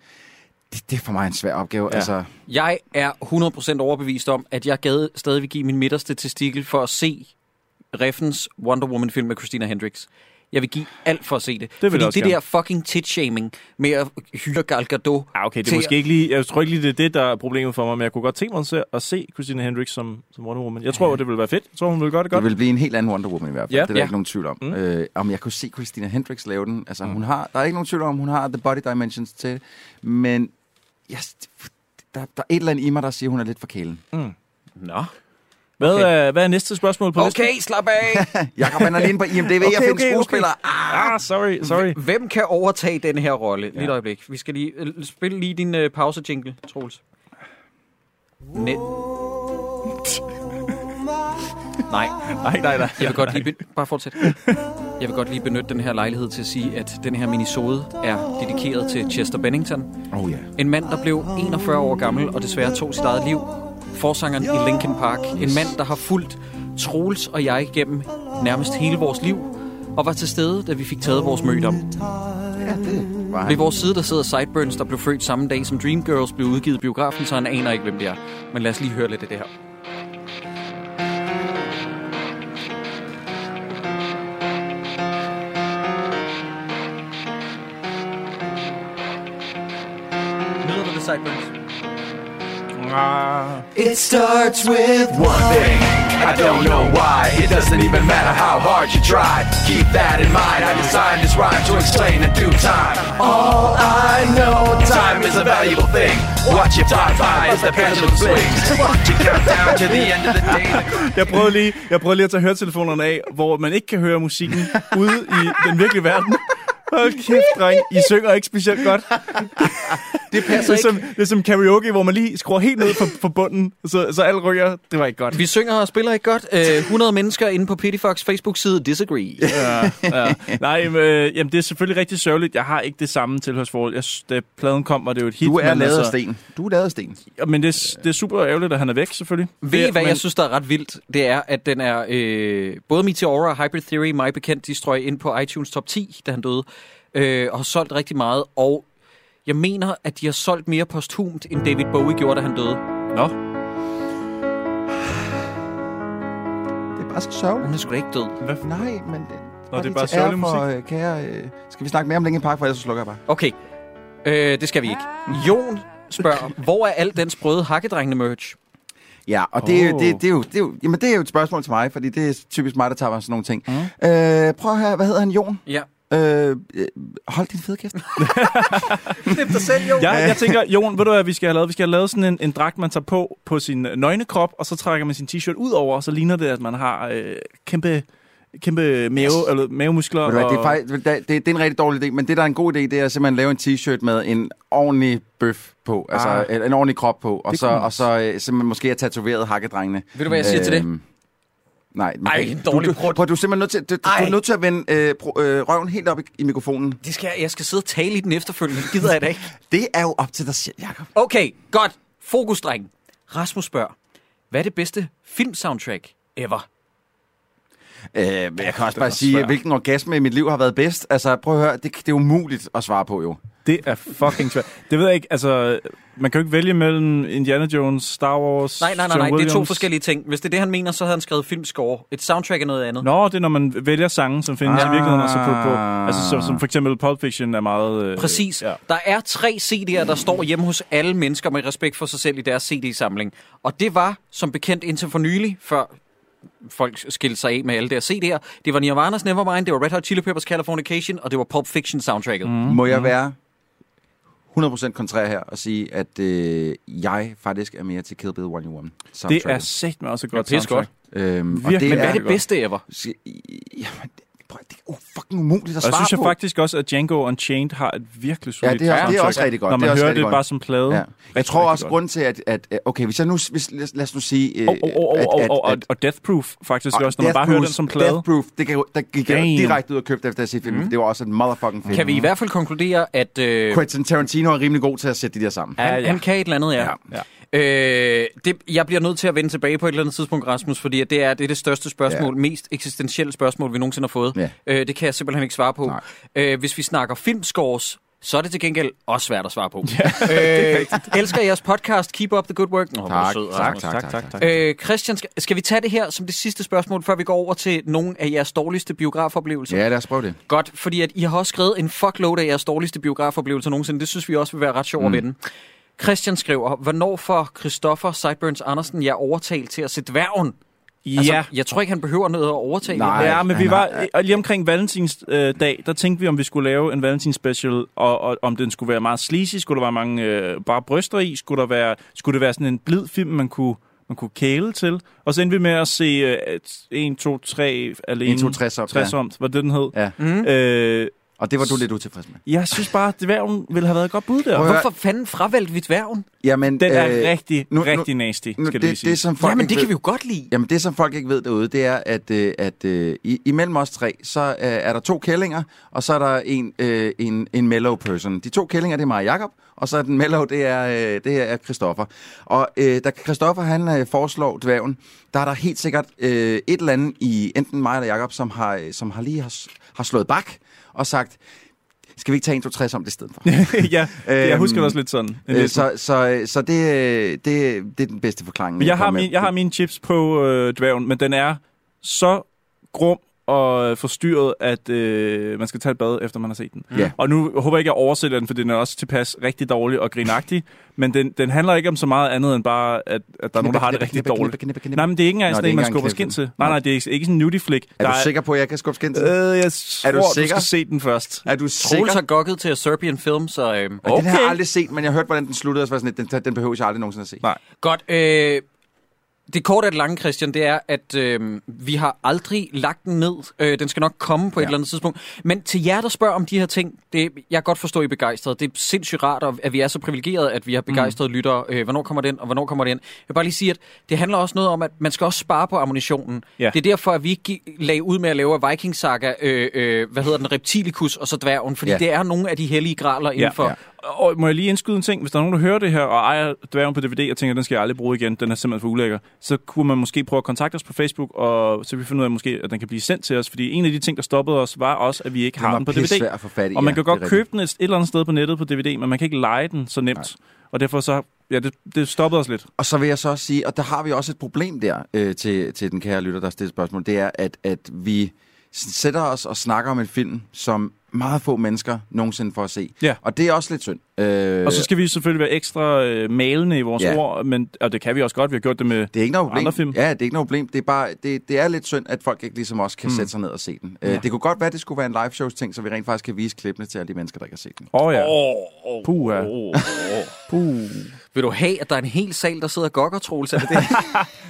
Speaker 6: det, det er for mig en svær opgave.
Speaker 5: Ja.
Speaker 6: Ja. Altså,
Speaker 4: Jeg er 100% overbevist om, at jeg gad stadig vil give min midterste testikel for at se Reffens Wonder Woman-film med Christina Hendricks. Jeg vil give alt for at se det.
Speaker 5: jeg
Speaker 4: Fordi
Speaker 5: også
Speaker 4: det
Speaker 5: gerne.
Speaker 4: der fucking tit-shaming med at hyre Gal Gadot.
Speaker 5: Ah, okay, det
Speaker 4: til-
Speaker 5: er måske ikke lige, jeg tror ikke lige, det er det, der er problemet for mig, men jeg kunne godt tænke mig at se, at se Christina Hendricks som, som Wonder Woman. Jeg tror, det ville være fedt. Jeg tror, hun ville gøre det godt.
Speaker 6: Det vil blive en helt anden Wonder Woman i hvert fald.
Speaker 5: Ja.
Speaker 6: Ja. Det er der
Speaker 4: Ja.
Speaker 6: ja. ikke nogen tvivl om.
Speaker 5: Mm.
Speaker 6: Mm. Øh, om jeg kunne se Christina Hendricks lave den. Altså, mm. hun har, der er ikke nogen tvivl om, hun har The Body Dimensions til det. Men yes, der, der er et eller andet i mig, der siger, hun er lidt for kælen.
Speaker 4: Nå.
Speaker 5: Mm. Hvad,
Speaker 4: Okay.
Speaker 5: er, hvad er næste spørgsmål på listen?
Speaker 4: Okay, slap
Speaker 6: *laughs*
Speaker 4: af.
Speaker 6: Ah, Jakob, han er alene på IMDb okay, og
Speaker 5: Okay,
Speaker 6: finde
Speaker 5: okay,
Speaker 6: okay, skuespillere. Okay.
Speaker 5: Ah, sorry, sorry.
Speaker 4: Hvem kan overtage den her rolle? Lige et øjeblik. Vi skal lige øh, spille lige din øh, pause-jingle, Troels. Ne- Nej,
Speaker 6: Ah.
Speaker 5: Nej, nej, nej.
Speaker 4: jeg vil godt lige be- bare fortsæt. Jeg vil godt lige benytte den her lejlighed til at sige, at den her minisode er dedikeret til Chester Bennington,
Speaker 6: Oh, ja.
Speaker 4: en mand, der blev 41 år gammel og desværre tog sit eget liv. Forsangeren i Linkin Park. En mand, der har fulgt Troels og jeg gennem nærmest hele vores liv. Og var til stede, da vi fik taget vores mødom.
Speaker 6: ja, det var
Speaker 4: Ved
Speaker 6: han.
Speaker 4: vores side, der sidder Sideburns, der blev født samme dag, som Dreamgirls blev udgivet i biografen, så han aner ikke, hvem det er. Men lad os lige høre lidt af det her. Nyder du det, Sideburns?
Speaker 5: Ah.
Speaker 1: It starts with one thing. I don't know why. It doesn't even matter how hard you try. Keep that in mind. I designed this rhyme to explain in due time. All I know, time is a valuable thing. Watch it fly by as the pendulum swings. Watch it count down to the end of the day.
Speaker 5: Jeg prøvede, lige, jeg prøvede lige at tage høretelefonerne af, hvor man ikke kan høre musikken ude i den virkelige verden. Hold kæft, dreng. I synger ikke specielt godt.
Speaker 6: Det
Speaker 5: Det
Speaker 4: Altså
Speaker 5: er, som, det er som karaoke, hvor man lige skruer helt ned på, på bunden, så, så alle ryger. Det var ikke godt.
Speaker 4: Vi synger og spiller ikke godt. Øh, 100 mennesker inde på Pittyfox Facebook-side disagree.
Speaker 5: ja, ja. Nej, men, øh, jamen, det er selvfølgelig rigtig sørgeligt. Jeg har ikke det samme tilhørsforhold. Jeg, s- da pladen kom, var det jo et hit.
Speaker 6: Du er
Speaker 5: men altså-
Speaker 6: lavet af sten. Du er lavet af sten.
Speaker 5: Ja, Men det, er s- det er super ærgerligt, at han er væk, selvfølgelig.
Speaker 4: Ved I,
Speaker 5: det,
Speaker 4: hvad
Speaker 5: Øh, men,
Speaker 4: jeg synes, der er ret vildt? Det er, at den er... Øh, både Meteora og Hybrid Theory, mig bekendt, de strøg ind på iTunes Top 10, da han døde, øh, og har solgt rigtig meget, og jeg mener, at de har solgt mere posthumt, end David Bowie gjorde, da han døde.
Speaker 5: Nå,
Speaker 6: Det er bare så sørgeligt.
Speaker 4: Hun er sgu da ikke død.
Speaker 5: hvad,
Speaker 6: Nej, men... Det,
Speaker 5: Nå, det er
Speaker 6: lige
Speaker 5: bare
Speaker 6: til ære
Speaker 5: sørgelig musik.
Speaker 6: for, øh, Kære, øh, skal vi snakke mere om Linkin Park, for ellers så slukker jeg bare.
Speaker 4: Okay, øh, det skal vi ikke. Jon spørger, hvor er al den sprøde hakkedrengene-merch?
Speaker 6: Ja, og det, er jo-
Speaker 5: Åh.
Speaker 6: det, det, er jo, det, er jo, jamen, det er jo et spørgsmål til mig, fordi det er typisk mig, der tager mig sådan nogle ting. Mm. Øh, prøv at høre, hvad hedder han? Jon?
Speaker 4: Ja.
Speaker 6: Øh, øh, hold din fede kæft.
Speaker 4: Knip dig selv, Jon.
Speaker 5: Jeg, jeg tænker, Jon, ved du hvad vi skal have lavet? Vi skal have lavet sådan en, en dragt, man tager på på sin øh, nøgne krop, og så trækker man sin t-shirt ud over, og så ligner det, at man har øh, kæmpe, kæmpe mave, yes. eller mavemuskler.
Speaker 6: Ved du hvad, det, er
Speaker 5: og-
Speaker 6: faktisk, det, det, det er en rigtig dårlig idé, men det, der er en god idé, det er at simpelthen lave en t-shirt med en ordentlig bøf på, altså
Speaker 5: Ah.
Speaker 6: en, en ordentlig krop på, og
Speaker 5: Det
Speaker 6: så,
Speaker 5: kunne man
Speaker 6: og så øh, simpelthen måske have tatoveret hakkedrengene. Øhm,
Speaker 4: Ved du, hvad jeg siger til det?
Speaker 6: Nej, man
Speaker 4: Ej,
Speaker 6: kan-
Speaker 4: en dårlig
Speaker 6: du,
Speaker 4: prut.
Speaker 6: du, prøv, du er simpelthen nødt til, du, du
Speaker 4: Ej.
Speaker 6: er nødt til at vende øh, pro, øh, røven helt op i, i mikrofonen.
Speaker 4: Det skal jeg, jeg skal sidde og tale i den efterfølgende. Det gider jeg da ikke.
Speaker 6: Det er jo op til dig selv, Jacob.
Speaker 4: Okay, godt. Fokus, dreng. Rasmus spørger, hvad er det bedste filmsoundtrack ever?
Speaker 6: Øh, men jeg kan også bare sige, hvilken orgasme i mit liv har været bedst. Altså, prøv at høre, det, det er umuligt at svare på, jo.
Speaker 5: Det er fucking svært. Det ved jeg ikke, altså, man kan jo ikke vælge mellem Indiana Jones, Star Wars,
Speaker 4: Nej, nej, nej,
Speaker 5: John
Speaker 4: nej. det er
Speaker 5: Williams.
Speaker 4: to forskellige ting. Hvis det er det, han mener, så havde han skrevet filmscore. Et soundtrack er noget andet.
Speaker 5: Nå, det er, når man vælger sangen, som findes ah. i
Speaker 6: Ah.
Speaker 5: virkeligheden, og så på, på altså, som, som for eksempel Pulp Fiction er meget... Øh,
Speaker 4: Præcis.
Speaker 5: Ja.
Speaker 4: Ja. Der er tre CD'er, der står hjemme hos alle mennesker med respekt for sig selv i deres CD-samling. Og det var, som bekendt indtil for nylig, før folk skilte sig af med alle deres CD'er. Det var Nirvana's Nevermind, det var Red Hot Chili Peppers Californication, og det var Pulp Fiction soundtracket. Mm.
Speaker 5: Mm-hmm.
Speaker 6: Må jeg være 100% kontrær her og sige, at øh, jeg faktisk er mere til Kill Bill 101.
Speaker 5: Det er
Speaker 6: soundtracket.
Speaker 5: sæt med også et godt
Speaker 4: Ja, pis godt.
Speaker 6: Øhm, og
Speaker 5: virkelig-
Speaker 6: det
Speaker 5: Men
Speaker 4: Hvad er
Speaker 6: er,
Speaker 4: det bedste ever?
Speaker 6: det... Jamen, det, prøv, det er jo fucking umuligt at
Speaker 5: Og jeg
Speaker 6: svare
Speaker 5: synes jeg
Speaker 6: på.
Speaker 5: faktisk også, at Django Unchained har et virkelig
Speaker 6: Ja,
Speaker 5: solidt
Speaker 6: det er, det er
Speaker 5: soundtrack,
Speaker 6: også rigtig godt.
Speaker 5: Når man
Speaker 6: det er også
Speaker 5: hører
Speaker 6: rigtig
Speaker 5: det
Speaker 6: godt.
Speaker 5: bare som plade.
Speaker 6: Ja. Jeg
Speaker 5: Rigtig,
Speaker 6: tror
Speaker 5: rigtig
Speaker 6: også,
Speaker 5: godt.
Speaker 6: grund til, at, at... at- Okay, hvis jeg nu... Hvis, lad, os- lad os nu sige... øh,
Speaker 5: Og, og, og,
Speaker 6: at-
Speaker 5: og,
Speaker 6: at-
Speaker 5: og, og,
Speaker 6: at-
Speaker 5: og Death Proof faktisk også, når man
Speaker 6: Death
Speaker 5: bare hører den
Speaker 6: Proof-
Speaker 5: som plade.
Speaker 6: Death Proof, det kan, jo- der gik jeg
Speaker 5: Damn. Mm-hmm.
Speaker 6: direkte ud og købte, efter at se filmen, mm. det var også en motherfucking film.
Speaker 4: Kan vi i hvert fald konkludere, at øh,
Speaker 6: Quentin Tarantino er rimelig god til at sætte de der sammen.
Speaker 4: han,
Speaker 5: Ja,
Speaker 4: ja,
Speaker 5: ja.
Speaker 4: ja. han kan et eller andet, ja.
Speaker 5: Ja,
Speaker 4: ja.
Speaker 5: ja.
Speaker 4: Øh, det, jeg bliver nødt til at vende tilbage på et eller andet tidspunkt, Rasmus, fordi at det er det, er det største spørgsmål,
Speaker 6: Ja.
Speaker 4: ja. mest eksistentielle spørgsmål, vi nogensinde har fået.
Speaker 6: Ja.
Speaker 4: Øh, det kan jeg simpelthen ikke svare på.
Speaker 6: Nej.
Speaker 4: Øh, hvis vi snakker filmscores, så er det til gengæld også svært at svare på. Ja, øh, elsker jeres podcast. Keep up the good work. Nå, hvor er du
Speaker 6: Tak,
Speaker 4: sød,
Speaker 6: tak,
Speaker 4: Rasmus.
Speaker 6: tak, tak, tak.
Speaker 4: Øh, Christian, skal, skal vi tage det her som det sidste spørgsmål, før vi går over til nogle af jeres dårligste biografoplevelser?
Speaker 6: Ja, lad os prøve det.
Speaker 4: Godt, fordi at I har også skrevet en fuckload af jeres dårligste biografoplevelser nogensinde. Det synes vi også vil være ret sjovt mm. at vende. Christian skriver, hvornår får Christoffer Sideburns Andersen jer overtalt til at se dværgen?
Speaker 5: Ja.
Speaker 4: Altså, jeg tror ikke, han behøver noget at overtale. jer.
Speaker 6: Nej.
Speaker 5: Ja, men vi
Speaker 6: han
Speaker 5: var og lige omkring Valentins øh, dag, der tænkte vi, om vi skulle lave en Valentins special, og, og om den skulle være meget sleazy, skulle der være mange øh, bare bryster i, skulle, der være, skulle det være sådan en blid film, man kunne, man kunne kæle til. Og så endte vi med at se øh, et- 1, 2, 3 alene.
Speaker 6: 1, 2, 60 omt,
Speaker 5: 60
Speaker 6: ja.
Speaker 5: omt, var det den hed.
Speaker 6: Ja.
Speaker 5: Mm. Øh,
Speaker 6: Og det var du lidt utilfreds med.
Speaker 5: jeg synes bare, at dværgen ville have været et godt bud der.
Speaker 6: Prøv at høre.
Speaker 4: Hvorfor fanden fravalgte vi dværgen?
Speaker 6: Jamen,
Speaker 5: Den er
Speaker 6: øh,
Speaker 5: rigtig,
Speaker 6: nu- nu-
Speaker 5: rigtig nasty, skal
Speaker 6: nu,
Speaker 5: det,
Speaker 6: det,
Speaker 5: lige
Speaker 6: det,
Speaker 5: sige. Det,
Speaker 6: som folk
Speaker 4: Jamen,
Speaker 6: ikke
Speaker 4: det
Speaker 6: ved,
Speaker 4: kan vi jo godt lide.
Speaker 6: Jamen det, som folk ikke ved derude, det er, at, øh, at øh, i- imellem os tre, så øh, er der to kællinger, og så er der en, øh, en, en mellow person. De to kællinger, det er mig og Jacob, og så er den mellow, det er, øh, det er Christoffer. Og øh, da Christoffer han øh, foreslår dvæven, der er der helt sikkert øh, et eller andet i enten mig eller Jacob, som, har, øh, som har lige har, s- har slået bak og sagt, skal vi ikke tage 1, 2, 3 om det i stedet
Speaker 5: *laughs*
Speaker 6: for?
Speaker 5: ja, jeg
Speaker 6: Øhm,
Speaker 5: husker det også lidt sådan.
Speaker 6: Øh, så så, så det, øh, det, det er den bedste forklaring.
Speaker 5: Men jeg har,
Speaker 6: kommer med.
Speaker 5: min, jeg har mine chips på øh, dværgen, men den er så grum og øh, forstyrret, at øh, man skal tage et bad, efter man har set den.
Speaker 6: Mm. Ja.
Speaker 5: Og nu håber jeg ikke, at jeg oversælger den, for den er også tilpas rigtig dårlig og grinagtig. men den, den handler ikke om så meget andet end bare, at, at der er nogen, der har det
Speaker 6: Knippe,
Speaker 5: rigtig
Speaker 6: knippe, knippe,
Speaker 5: dårligt.
Speaker 6: knippe, knippe.
Speaker 5: Nej, men det er ikke engang
Speaker 6: Nå,
Speaker 5: sådan
Speaker 6: det er
Speaker 5: en,
Speaker 6: ikke
Speaker 5: man
Speaker 6: engang
Speaker 5: skubber
Speaker 6: knippe.
Speaker 5: skin til. Nej, nej, det er ikke, ikke sådan en nudie flick.
Speaker 6: Er du sikker på, at jeg kan skubbe skin til? Øh,
Speaker 5: Øh, jeg tror,
Speaker 6: du
Speaker 5: du, du
Speaker 6: sikker?
Speaker 5: skal se den først.
Speaker 6: er du
Speaker 4: Troels
Speaker 6: sikker?
Speaker 4: har gokket til A Serbian Film, så... Øh,
Speaker 6: Okay. Den har
Speaker 5: Okay.
Speaker 6: jeg aldrig set, men jeg hørte, hvordan den sluttede, og så var jeg sådan, lidt, den, den behøver jeg aldrig nogensinde at se.
Speaker 5: Nej.
Speaker 4: Godt. Øh, det korte af det lange, Christian, det er, at øh, vi har aldrig lagt den ned. Øh, den skal nok komme på ja. et
Speaker 6: Ja.
Speaker 4: eller andet tidspunkt. Men til jer, der spørger om de her ting, det, jeg kan godt forstå, I er begejstrede. Det er sindssygt rart, og- at vi er så privilegerede, at vi har begejstrede mm. lyttere. Øh, hvornår kommer den, og hvornår kommer den? Jeg vil bare lige sige, at det handler også noget om, at man skal også spare på ammunitionen.
Speaker 5: Ja.
Speaker 4: Det er derfor, at vi ikke gi- lagde ud med at lave Viking Saga, øh, øh, hvad hedder den, Reptilicus og så dværgen, fordi
Speaker 6: Ja.
Speaker 4: ja. det er nogle af de hellige graler inden for...
Speaker 5: Ja. Og må jeg lige indskyde en ting? Hvis der er nogen, der hører det her og ejer dværgen på DVD og tænker, den skal jeg aldrig bruge igen, den er simpelthen for ulækker, så kunne man måske prøve at kontakte os på Facebook, og så kan vi finde ud af, måske, at den kan blive sendt til os. Fordi en af de ting, der stoppede os, var også, at vi ikke har den på DVD.
Speaker 6: svært at få fat i.
Speaker 5: Og man kan
Speaker 6: ja,
Speaker 5: godt
Speaker 6: det er
Speaker 5: købe den et, et eller andet sted på nettet på DVD, men man kan ikke lege den så nemt. Nej. Og derfor så, ja, det, det stoppede os lidt.
Speaker 6: rigtigt. Og så vil jeg så også sige, og der har vi også et problem der øh, til, til den kære lytter, der stiller spørgsmål, det er, at, at vi s- sætter os og snakker om en film, som meget få mennesker nogensinde får at se.
Speaker 5: Ja.
Speaker 6: Og det er også lidt synd. Øh,
Speaker 5: Og så skal vi selvfølgelig være ekstra øh, malende i vores
Speaker 6: Ja.
Speaker 5: ord, men, og det kan vi også godt. Vi har gjort det med
Speaker 6: Det er ikke noget problem.
Speaker 5: andre film.
Speaker 6: Ja, det er ikke noget problem. Det er, bare, det, det er lidt synd, at folk ikke ligesom også kan mm. sætte sig ned og se den. Ja. Det kunne godt være, at det skulle være en live shows ting, så vi rent faktisk kan vise klippene til alle de mennesker, der ikke har set den.
Speaker 5: Åh oh, ja.
Speaker 4: Åh, åh,
Speaker 5: Puh, ja.
Speaker 4: åh.
Speaker 5: Puh.
Speaker 4: Vil du have, at der er en hel sal, der sidder og gokker, Troels? Er det det?
Speaker 6: *laughs*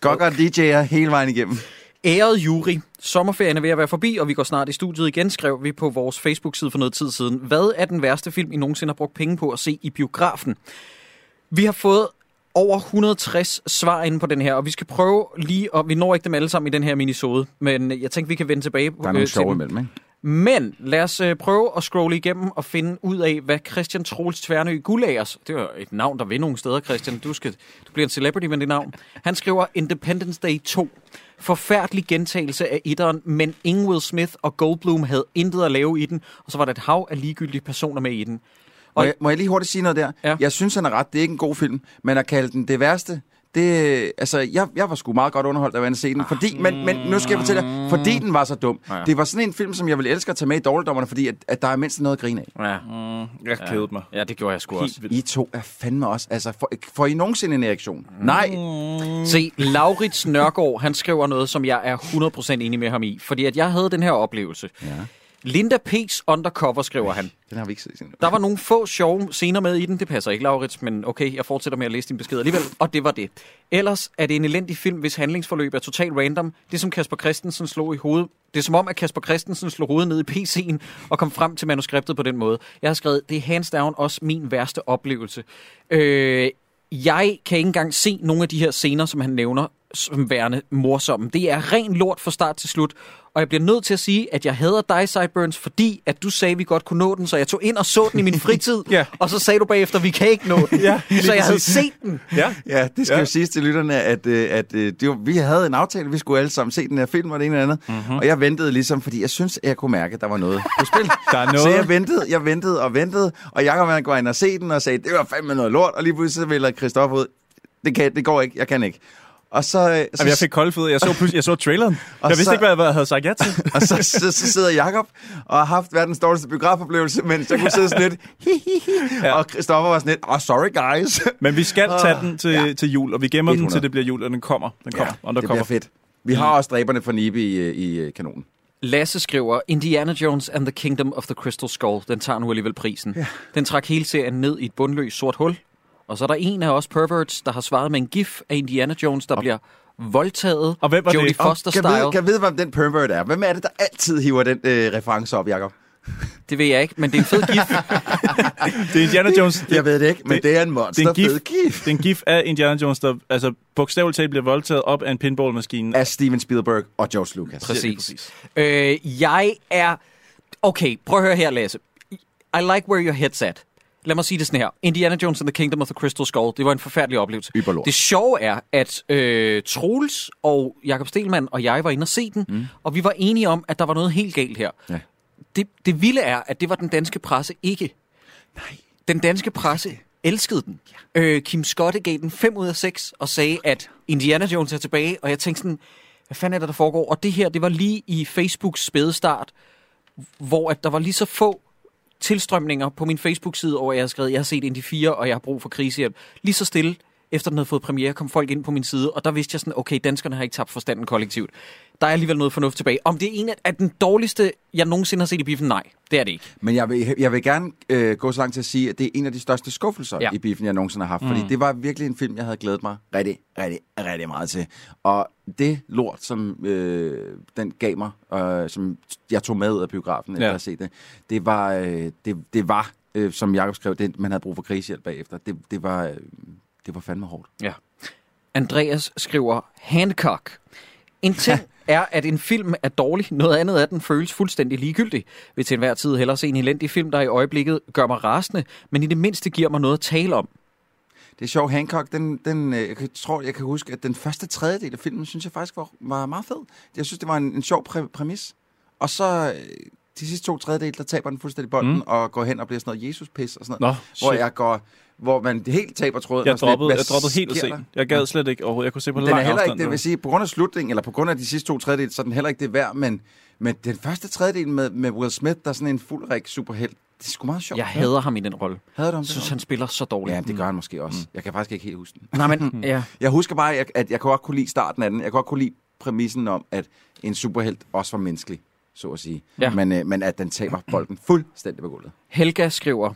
Speaker 6: Godt godt DJ'er hele vejen igennem.
Speaker 4: Ærede jury, sommerferien er ved at være forbi, og vi går snart i studiet igen, skrev vi på vores Facebook-side for noget tid siden. Hvad er den værste film, I nogensinde har brugt penge på at se i biografen? Vi har fået over 160 svar inde på den her, og vi skal prøve lige, og vi når ikke dem alle sammen i den her minisode, men jeg tænker, vi kan vende tilbage på
Speaker 6: Der er nogle
Speaker 4: øh, til
Speaker 6: sjove
Speaker 4: dem.
Speaker 6: imellem, ikke?
Speaker 4: Men lad os øh, prøve at scrolle igennem og finde ud af, hvad Christian Troels Tvernø Gullagers, det er et navn, der ved nogle steder, Christian, du, skal, du bliver en celebrity med det navn. Han skriver Independence Day 2. Forfærdelig gentagelse af etteren, men ingen Will Smith og Goldblum havde intet at lave i den, og så var der et hav af ligegyldige personer med i den.
Speaker 6: Må
Speaker 4: Og-
Speaker 6: jeg, må jeg lige hurtigt sige noget der?
Speaker 4: Ja.
Speaker 6: Jeg synes, han er ret. Det er ikke en god film. Men at kalde den det værste, Det, altså, jeg, jeg var sgu meget godt underholdt af at se den, fordi, men, men nu skal jeg fortælle dig, fordi den var så dum.
Speaker 5: Ja.
Speaker 6: Det var sådan en film, som jeg ville elske at tage med i dårligdommerne, fordi at, at der er mindst noget at grine af.
Speaker 4: Ja.
Speaker 5: Jeg ja. kædede Mm. mig.
Speaker 4: ja, det gjorde jeg sgu også.
Speaker 5: Helt vildt.
Speaker 6: I to er fandme også, altså, får, får I nogensinde en erektion? Mm. Nej,
Speaker 4: Se, Laurits Nørgaard, han skriver noget, som jeg er 100% enig med ham i. Fordi at jeg havde den her oplevelse. Ja. Linda P's Undercover, skriver han.
Speaker 6: den har vi ikke set endnu.
Speaker 4: Der var nogle få sjove scener med i den. Det passer ikke, Laurits, men okay, jeg fortsætter med at læse din besked alligevel. Og det var det. Ellers er det en elendig film, hvis handlingsforløb er totalt random. Det som Kasper Christensen slog i hovedet. Det er som om, at Kasper Christensen slog hovedet ned i PC'en og kom frem til manuskriptet på den måde. Jeg har skrevet, det er hands down også min værste oplevelse. Øh, jeg kan ikke engang se nogle af de her scener, som han nævner, som værende morsomme. Det er ren lort fra start til slut. Og jeg bliver nødt til at sige, at jeg hader dig, Sideburns, fordi at du sagde, at vi godt kunne nå den, så jeg tog ind og så den i min fritid,
Speaker 5: *laughs* Ja.
Speaker 4: og så sagde du bagefter, at vi kan ikke nå den.
Speaker 5: *laughs* Ja, lige
Speaker 4: så jeg havde
Speaker 5: præcis.
Speaker 4: set den.
Speaker 5: Ja.
Speaker 6: Ja, det skal
Speaker 5: Ja.
Speaker 6: ja. jo siges til lytterne, at, øh, at øh, det var, vi havde en aftale, vi skulle alle sammen se den her film og det ene og det andet. Mm-hmm. Og jeg ventede ligesom, fordi jeg synes, at jeg kunne mærke, at der var noget på *laughs* spil.
Speaker 5: Der er
Speaker 6: *laughs* Så
Speaker 5: noget.
Speaker 6: jeg ventede, jeg ventede og ventede, og Jacob han går ind og se den og sagde, det var fandme noget lort, og lige pludselig så vælger Christoffer ud, det, kan, det går ikke, jeg kan ikke. Og så, øh, så,
Speaker 5: Jamen, jeg fik kolde fødder. Jeg så, pludselig, jeg så traileren. jeg
Speaker 6: *laughs* Og
Speaker 5: vidste
Speaker 6: så-
Speaker 5: ikke, hvad jeg- hvad jeg havde sagt ja
Speaker 6: *laughs*
Speaker 5: til.
Speaker 6: *laughs* og så, så, så sidder Jakob og har haft verdens dårligste biografoplevelse, mens jeg kunne sidde sådan lidt, *laughs* hi, hi, hi. Ja. og Christoffer var sådan lidt, oh, sorry guys.
Speaker 5: Men vi skal tage den til, ja.
Speaker 6: Ja.
Speaker 5: til jul, og vi gemmer 100. den,
Speaker 6: 100.
Speaker 5: til det bliver jul, og den kommer. Den kommer. Ja,
Speaker 6: det bliver fedt. Vi har også dræberne for Nibe i, øh, i øh, kanonen.
Speaker 4: Lasse skriver, Indiana Jones and the Kingdom of the Crystal Skull, den tager nu alligevel prisen. Ja. Den trak hele serien ned i et bundløst sort hul. Og så er der en af os perverts, der har svaret med en gif af Indiana Jones, der bliver voldtaget.
Speaker 5: Og hvem var
Speaker 4: Jodie
Speaker 5: det?
Speaker 4: Foster
Speaker 6: kan
Speaker 4: style.
Speaker 6: vide, kan vide, hvem den pervert er? Hvem er det, der altid hiver den øh, reference op, Jacob?
Speaker 4: Det ved jeg ikke, men det er en fed
Speaker 5: *laughs*
Speaker 4: gif.
Speaker 5: Det er Indiana Jones. Det,
Speaker 6: Jeg ved det ikke, men
Speaker 5: det-
Speaker 6: det, det er en
Speaker 5: det, er
Speaker 6: monster
Speaker 5: en gif,
Speaker 6: fed gif.
Speaker 5: det er en gif af Indiana Jones, der altså, bogstaveligt talt bliver voldtaget op af en pinballmaskine.
Speaker 6: Af Steven Spielberg og George Lucas.
Speaker 4: Præcis. Øh, jeg er... Okay, prøv at høre her, Lasse. I like where your head's at. Lad mig sige det sådan her. Indiana Jones and the Kingdom of the Crystal Skull. Det var en forfærdelig oplevelse.
Speaker 6: Yberlort.
Speaker 4: Det sjove er, at øh, Troels og Jakob Stelmann og jeg var inde og se den, mm. og vi var enige om, at der var noget helt galt her.
Speaker 6: Ja.
Speaker 4: Det, det vilde er, at det var den danske presse ikke. Den danske presse elskede den. Øh, Kim Scott gav den 5 ud af 6 og sagde, at Indiana Jones er tilbage. Og jeg tænkte sådan, hvad fanden er det, der foregår? Og det her, det var lige i Facebooks spædestart, hvor at der var lige så få tilstrømninger på min Facebook-side over, at jeg havde skrevet, jeg har set Indie 4, og jeg har brug for krisehjælp. Lige så stille, efter den havde fået premiere, kom folk ind på min side, og der vidste jeg sådan, okay, danskerne har ikke tabt forstanden kollektivt. Der er alligevel noget fornuft tilbage. Om det er en af- af den dårligste, jeg nogensinde har set i biffen, nej, det er det ikke.
Speaker 6: Men jeg vil, jeg vil gerne øh, gå så langt til at sige, at det er en af de største skuffelser
Speaker 4: Ja.
Speaker 6: ja. i biffen, jeg nogensinde har haft. Mm. Fordi det var virkelig en film, jeg havde glædet mig rigtig, rigtig, rigtig meget til. Og det lort, som øh, den gav mig, øh, som jeg tog med ud af biografen,
Speaker 5: Ja.
Speaker 6: efter at have set det, det var, øh, det, det var øh, som Jacob skrev, det, man havde brug for krisehjælp bagefter. Det, det, var, øh, det var fandme hårdt.
Speaker 4: Ja. Andreas skriver Hancock.
Speaker 6: *laughs*
Speaker 4: En ting er, at en film er dårlig. Noget andet er, at den føles fuldstændig ligegyldig. Vil til enhver tid hellere se en elendig film, der i øjeblikket gør mig rasende, men i det mindste giver mig noget at tale om.
Speaker 6: Det er sjovt, Hancock, den, den, øh, jeg kan- tror, jeg kan huske, at den første tredjedel af filmen, synes jeg faktisk var, var meget fed. Jeg synes, det var en, en sjov præ- præmis. Og så øh, de sidste to tredjedel, der taber den fuldstændig bolden, mm. og går hen og bliver sådan noget Jesus-pis og sådan noget.
Speaker 5: Nå,
Speaker 6: hvor
Speaker 5: shit.
Speaker 6: jeg går, hvor man helt taber tråden.
Speaker 5: Jeg
Speaker 6: og sådan lidt,
Speaker 5: droppede,
Speaker 6: hvad
Speaker 5: jeg droppede helt at
Speaker 6: sker
Speaker 5: se
Speaker 6: der?
Speaker 5: den. Jeg gad slet ikke overhovedet. Jeg kunne se på
Speaker 6: Den er
Speaker 5: lang
Speaker 6: heller
Speaker 5: afstand.
Speaker 6: ikke, det vil sige, på grund af slutningen, eller på grund af de sidste to tredjedel, så er den heller ikke det værd, men, men den første tredjedel med, med Will Smith, der er sådan en fuldrik superhelt, det er sgu meget sjovt.
Speaker 4: Jeg hader ham i den rolle.
Speaker 6: Havde du om
Speaker 4: Jeg
Speaker 6: det?
Speaker 4: synes, han spiller så dårligt.
Speaker 6: Ja, det gør han måske også. Mm. Jeg kan faktisk ikke helt huske den.
Speaker 4: Nej,
Speaker 6: *laughs*
Speaker 4: men ja.
Speaker 6: Jeg husker bare, at jeg, at jeg kunne godt kunne lide starten af den. Jeg kunne godt kunne lide præmissen om, at en superhelt også var menneskelig, så at sige.
Speaker 4: Ja.
Speaker 6: Men, øh, men at den taber bolden fuldstændig på gulvet.
Speaker 4: Helga skriver,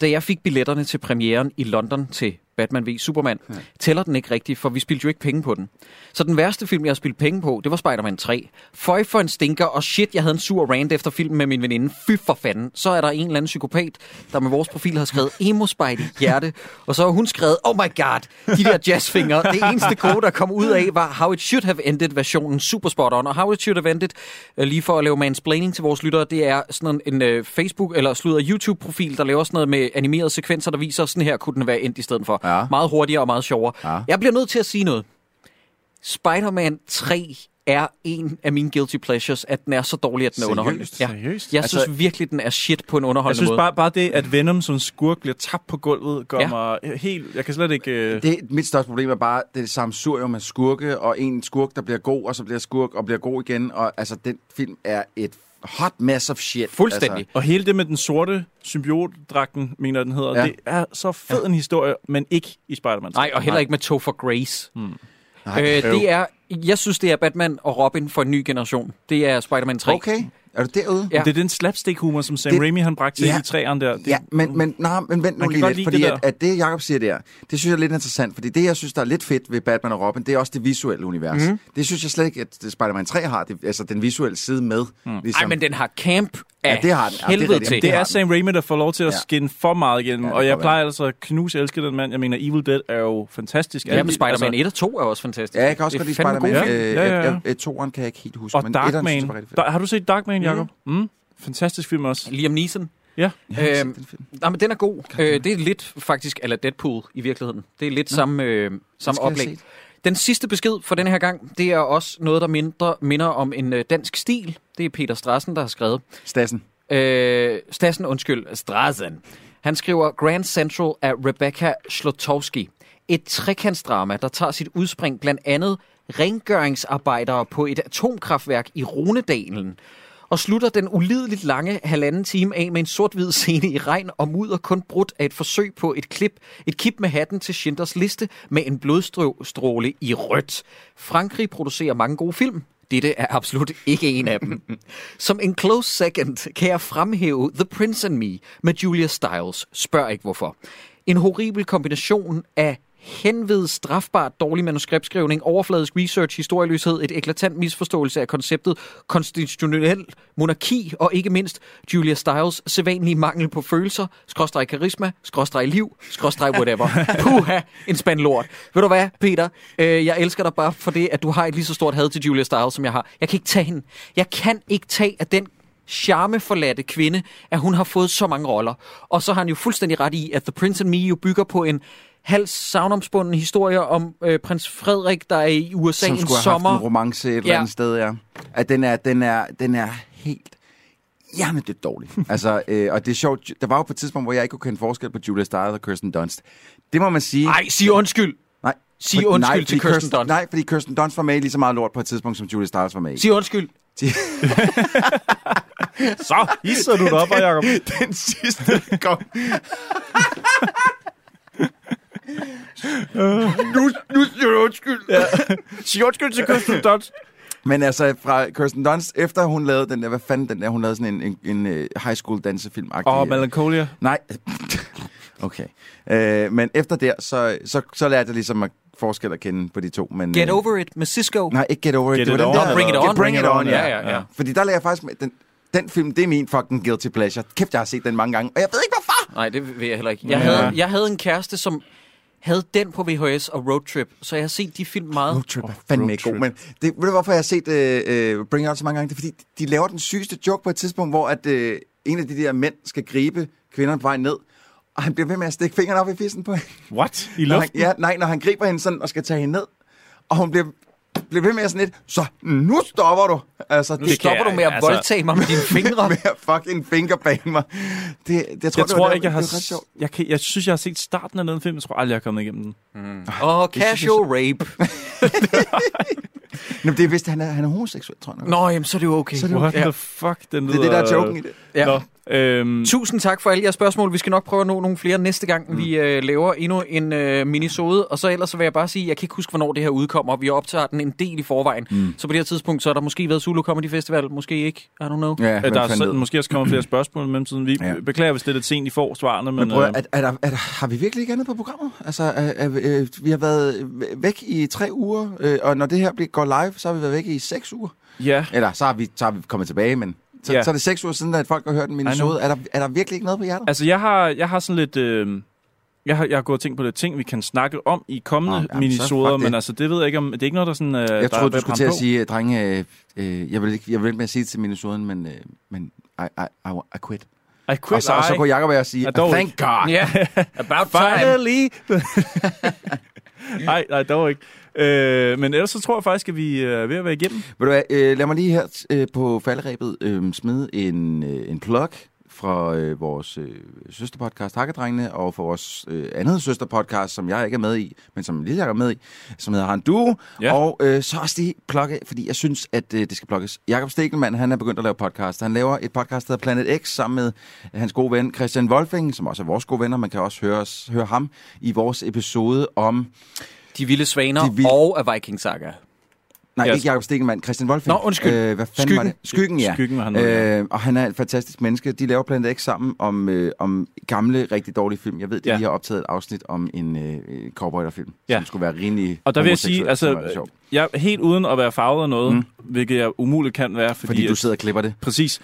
Speaker 4: da jeg fik billetterne til premieren i London til Batman v Superman, ja. tæller den ikke rigtigt, for vi spildte jo ikke penge på den. Så den værste film, jeg har spildt penge på, det var Spider-Man 3. Føj for en stinker, og shit, jeg havde en sur rant efter filmen med min veninde. Fy for fanden. Så er der en eller anden psykopat, der med vores profil har skrevet emo spidey hjerte, og så har hun skrevet, oh my god, de der jazzfingre. Det eneste gode, der kom ud af, var How It Should Have Ended versionen super spot on. Og How It Should Have Ended, øh, lige for at lave mansplaining til vores lyttere, det er sådan en, en øh, Facebook- eller slutter YouTube-profil, der laver sådan noget med animerede sekvenser, der viser, sådan her kunne den være endt i stedet for.
Speaker 6: Ja.
Speaker 4: Meget hurtigere og meget sjovere.
Speaker 6: Ja.
Speaker 4: Jeg bliver nødt til at sige noget. Spider-Man 3 er en af mine guilty pleasures, at den er så dårlig, at den er underholdende.
Speaker 6: Seriøst?
Speaker 4: Ja.
Speaker 5: Seriøst?
Speaker 4: Jeg
Speaker 6: Altså-
Speaker 4: altså, synes virkelig, den er shit på en
Speaker 5: Jeg
Speaker 4: underholdende
Speaker 5: synes
Speaker 4: måde.
Speaker 5: bare, bare det, at Venom som skurk bliver tabt på gulvet, gør ja.
Speaker 4: Ja.
Speaker 5: mig helt... Jeg kan slet ikke... Øh,
Speaker 6: Det, mit største problem er bare det samme surium af skurke, og en skurk, der bliver god, og så bliver skurk og bliver god igen. Og altså, den film er et hot mess of shit.
Speaker 4: Fuldstændig.
Speaker 6: Altså,
Speaker 5: og hele det med den sorte symbiotdragten, mener jeg, den hedder, ja.
Speaker 6: Ja.
Speaker 5: det er så fed en historie, men ikke i Spider-Man.
Speaker 4: Nej, og heller ikke med Topher Grace. Mm.
Speaker 6: Altså, Nej,
Speaker 4: øh, det er, jeg synes, det er Batman og Robin for en ny generation. Det er Spider-Man 3.
Speaker 6: okay, er du derude?
Speaker 4: Ja.
Speaker 5: Det er den slapstick-humor, som Sam
Speaker 6: Det-
Speaker 5: Raimi han bragte til
Speaker 6: Ja.
Speaker 5: i træerne der. Det,
Speaker 6: Ja, men, men, nej, men vent nu
Speaker 5: kan
Speaker 6: lige
Speaker 5: godt lide
Speaker 6: lidt, fordi
Speaker 5: det
Speaker 6: det
Speaker 5: der.
Speaker 6: at, at det, Jacob siger der, det synes jeg er lidt interessant, fordi det, jeg synes, der er lidt fedt ved Batman og Robin, det er også det visuelle univers.
Speaker 5: Mhm.
Speaker 6: Mm. Det synes jeg slet ikke, at Spider-Man 3 har, det, altså den visuelle side med. Mm. Ligesom.
Speaker 4: Ej, men den har camp af
Speaker 6: Ja, det har den. Ja, det er
Speaker 4: helvede
Speaker 6: rigtigt.
Speaker 4: til.
Speaker 5: Det
Speaker 6: har
Speaker 5: er
Speaker 6: den.
Speaker 5: Sam Raimi, der får lov til at
Speaker 6: Ja.
Speaker 5: skinne for meget igennem,
Speaker 6: Ja, det
Speaker 5: og
Speaker 6: kan
Speaker 5: jeg
Speaker 6: være.
Speaker 5: plejer altså at knuse elske den mand. Jeg mener, Evil Dead er jo fantastisk.
Speaker 4: Ja, men Spider-Man
Speaker 5: altså,
Speaker 4: 1 og 2 er også fantastisk.
Speaker 6: Ja, jeg kan også
Speaker 4: Det er
Speaker 6: godt lide
Speaker 4: fandme
Speaker 6: Spider-Man.
Speaker 4: gode
Speaker 5: film.
Speaker 6: Øh,
Speaker 5: Ja, ja, ja.
Speaker 6: ja, ja. Toren kan jeg ikke helt huske,
Speaker 5: Og
Speaker 6: men etteren synes jeg
Speaker 5: Darkman.
Speaker 6: var rigtig fedt.
Speaker 5: Der, har du set Darkman, Jacob? Mm. Fantastisk film også.
Speaker 4: Liam Neeson.
Speaker 5: Ja.
Speaker 6: Jeg har
Speaker 4: Øhm,
Speaker 6: set den film.
Speaker 4: nej, men den er god. Øh, det er lidt faktisk eller Deadpool i virkeligheden. Det er lidt samme, øh, samme
Speaker 6: skal jeg
Speaker 4: oplæg.
Speaker 6: se.
Speaker 4: Den sidste besked for den her gang, det er også noget, der mindre, minder om en øh, dansk stil. Det er Peter Strassen, der har skrevet.
Speaker 6: Stassen.
Speaker 4: Øh, Stassen, undskyld, Strassen. Han skriver Grand Central af Rebecca Slotowski. Et trekantsdrama, der tager sit udspring blandt andet rengøringsarbejdere på et atomkraftværk i Ronedalen, og slutter den ulideligt lange halvanden time af med en sort-hvid scene i regn og mudder kun brudt af et forsøg på et klip, et kip med hatten til Schindlers liste med en blodstråle i rødt. Frankrig producerer mange gode film, dette er absolut ikke en af dem. Som en close second kan jeg fremhæve The Prince and Me med Julia Stiles. Spørg ikke hvorfor. En horribel kombination af henved strafbart dårlig manuskriptskrivning, overfladisk research, historieløshed, et eklatant misforståelse af konceptet, konstitutionel monarki og ikke mindst Julia Stiles sædvanlige mangel på følelser, skråstreg karisma, skråstreg liv, skråstreg
Speaker 6: *laughs*
Speaker 4: whatever. Puha, en spand lort. Ved du hvad, Peter? Øh, jeg elsker dig bare for det, at du har et lige så stort had til Julia Stiles, som jeg har. Jeg kan ikke tage hende. Jeg kan ikke tage, at den charmeforladte kvinde, at hun har fået så mange roller. Og så har han jo fuldstændig ret i, at The Prince and Me jo bygger på en halv savnomspunden historie om øh, prins Frederik, der er i USA
Speaker 6: som
Speaker 4: en
Speaker 6: skulle have sommer. haft en
Speaker 4: sommer.
Speaker 6: romance et eller
Speaker 4: Ja.
Speaker 6: andet sted, ja. At den er, den er, den er helt hjernedødt
Speaker 5: *laughs*
Speaker 6: dårlig. altså, øh, og det er sjovt, der var jo på et tidspunkt, hvor jeg ikke kunne kende forskel på Julia Stiles og Kirsten Dunst. Det må man sige.
Speaker 4: Nej, sig undskyld.
Speaker 6: nej,
Speaker 4: sig
Speaker 6: for-
Speaker 4: undskyld til
Speaker 6: fordi
Speaker 4: Kirsten Dunst.
Speaker 6: Nej, fordi Kirsten Dunst var med i lige så meget lort på et tidspunkt, som Julia Stiles var med i.
Speaker 4: Sig undskyld.
Speaker 5: Så hisser du dig op, Jacob.
Speaker 6: *laughs* Den sidste kom. nu, nu siger du undskyld. Ja.
Speaker 5: Sig undskyld til Kirsten Dunst.
Speaker 6: Men altså, fra Kirsten Dunst, efter hun lavede den der, hvad fanden den der, hun lavede sådan en, en, en øh, high school dansefilm
Speaker 5: Åh, oh, Melancholia.
Speaker 6: Nej. *laughs* okay. Øh, men efter der, så, så, så lærte jeg ligesom at forskel at kende på de to. Men,
Speaker 4: Get
Speaker 6: øh,
Speaker 4: over it med Cisco.
Speaker 6: Nej, ikke Get Over It.
Speaker 5: Get
Speaker 6: det
Speaker 5: It
Speaker 6: var den
Speaker 5: On,
Speaker 6: der-
Speaker 5: eller-
Speaker 4: Bring It
Speaker 6: Ja,
Speaker 4: On.
Speaker 6: Bring It On, ja.
Speaker 4: ja, ja.
Speaker 6: Fordi der lagde jeg faktisk... Med, den, den film, det er min fucking guilty pleasure. Kæft, jeg har set den mange gange, og jeg ved ikke hvorfor.
Speaker 4: Nej, det vil jeg heller ikke. Jeg, havde, jeg havde en kæreste, som havde den på VHS og Road Trip, så jeg har set de film meget.
Speaker 6: Road Trip er fandme
Speaker 5: Road
Speaker 6: ikke god,
Speaker 5: Trip.
Speaker 6: men det, ved du, hvorfor jeg har set øh, øh, Bring It On så mange gange? Det er, fordi de laver den sygeste joke på et tidspunkt, hvor at, øh, en af de der mænd skal gribe kvinderne på vej ned, og han bliver ved med at stikke fingrene op i fissen på hende.
Speaker 5: What? I
Speaker 6: Når han,
Speaker 5: luften?
Speaker 6: ja, nej, når han griber hende sådan og skal tage hende ned, og hun bliver, bliver ved med sådan lidt, så nu stopper du. Altså, nu
Speaker 4: Nu stopper
Speaker 5: jeg-
Speaker 4: du med at
Speaker 5: altså-
Speaker 4: voldtage mig med dine
Speaker 6: *laughs*
Speaker 4: fingre.
Speaker 6: med at fucking fingerbane mig. Det, det, jeg tror,
Speaker 5: Jeg
Speaker 6: det var
Speaker 5: tror
Speaker 6: der,
Speaker 5: ikke, jeg har...
Speaker 6: Det var ret
Speaker 5: s-
Speaker 6: sjovt.
Speaker 5: Jeg, kan, jeg synes, jeg har set starten af den film. Jeg tror aldrig, jeg er kommet igennem den.
Speaker 4: Og casual
Speaker 5: *laughs*
Speaker 4: rape.
Speaker 6: Nå, men det er vist, han er, han er homoseksuel, tror jeg nok.
Speaker 4: Nå, jamen, så er det jo okay.
Speaker 6: Så er det
Speaker 5: What
Speaker 4: Ja.
Speaker 5: the fuck? Den
Speaker 6: Det er det, der er joken i det.
Speaker 4: Ja.
Speaker 5: Ja. Nå, øhm,
Speaker 4: Tusind tak for alle jeres spørgsmål. Vi skal nok prøve at nå nogle flere næste gang, mm. vi øh, laver endnu en øh, minisode. Og så ellers så vil jeg bare sige, jeg kan ikke huske, hvornår det her udkommer. Vi optager den en del i forvejen. Mm. Så på det her tidspunkt, så er der måske været Zulu Comedy Festival. Måske ikke. I don't know.
Speaker 6: Ja,
Speaker 5: øh,
Speaker 6: men
Speaker 5: der er
Speaker 6: fandt
Speaker 5: sådan,
Speaker 6: ned.
Speaker 5: måske også kommer flere spørgsmål i mellemtiden. Vi ja.
Speaker 6: Ja.
Speaker 5: beklager, hvis det er lidt sent, I får svarene. Men,
Speaker 6: Men prøv,
Speaker 5: øh,
Speaker 6: at, er, der, er der, har vi virkelig ikke andet på programmet? Altså, er, er, øh, vi har været væk i tre uger, øh, og når det her bliver- går live, så har vi været væk i seks uger.
Speaker 5: øhm, ja.
Speaker 6: Eller så har vi, så har vi kommet tilbage, men så,
Speaker 5: Ja.
Speaker 6: så er det seks uger siden, at folk har hørt en minisode. Er der, er der virkelig ikke noget på hjertet?
Speaker 5: Altså, jeg har, jeg har sådan lidt... Øh, jeg har, jeg har gået og tænkt på lidt ting, vi kan snakke om i
Speaker 6: Nå,
Speaker 5: kommende oh,
Speaker 6: jamen, så
Speaker 5: minisoder,
Speaker 6: fuck det.
Speaker 5: men altså, det ved jeg ikke om... Det er ikke noget, der sådan... Øh,
Speaker 6: Jeg
Speaker 5: der,
Speaker 6: troede,
Speaker 5: der
Speaker 6: du skulle
Speaker 5: brænder
Speaker 6: til at
Speaker 5: på.
Speaker 6: sige, drenge, øh, øh, jeg vil ikke, jeg vil ikke med at sige det til Minnesotaen, men, øh, men I, I, I, I quit.
Speaker 5: I
Speaker 6: quit og, så, og så
Speaker 5: I.
Speaker 6: kunne Jacob og jeg sige,
Speaker 5: Ja, dog
Speaker 6: thank
Speaker 5: ikke. *laughs*
Speaker 6: God.
Speaker 4: Yeah. About time.
Speaker 5: Finally! Nej, nej, dog ikke. Øh, men ellers så tror jeg faktisk, at vi øh, er ved at være igennem.
Speaker 6: Ved du hvad, øh, lad mig lige her øh, på falderæbet øh, smide en, øh, en plug fra øh, vores øh, søsterpodcast Hakkedrengene, og for vores øh, andet søsterpodcast, som jeg ikke er med i, men som Lille Jacob er med i, som hedder Han Duo.
Speaker 5: Ja.
Speaker 6: Ja. Og øh, så også lige plukke, fordi jeg synes, at øh, det skal plukkes. Jakob Stegelmann, han er begyndt at lave podcast. Han laver et podcast, der hedder Planet X, sammen med hans gode ven Christian Wolfing, som også er vores gode venner. Man kan også høre, os, høre ham i vores episode om...
Speaker 4: De vilde svaner
Speaker 6: De vilde-
Speaker 4: og af Viking Saga.
Speaker 6: Nej,
Speaker 5: Ja,
Speaker 6: yes. ikke Jakob Stegelmann, Christian Wolfing.
Speaker 4: Nå, undskyld.
Speaker 6: Øh, hvad fanden Skyggen. var
Speaker 4: Skyggen.
Speaker 6: det? Skyggen, ja.
Speaker 5: Skyggen var han noget, ja.
Speaker 6: Øh, og han er et fantastisk menneske. De laver blandt andet ikke sammen om, øh, om gamle, rigtig dårlige film. Jeg ved, at de
Speaker 5: Ja.
Speaker 6: ja. har optaget et afsnit om en øh, cowboyderfilm,
Speaker 5: Ja.
Speaker 6: ja. som skulle være rimelig
Speaker 5: Og der vil jeg sige,
Speaker 6: homoseksuel, som er
Speaker 5: altså,
Speaker 6: sjov.
Speaker 5: jeg helt uden at være farvet af noget, mm. hvilket jeg umuligt kan være, fordi,
Speaker 6: Fordi du
Speaker 5: at-
Speaker 6: sidder og klipper det.
Speaker 5: Præcis.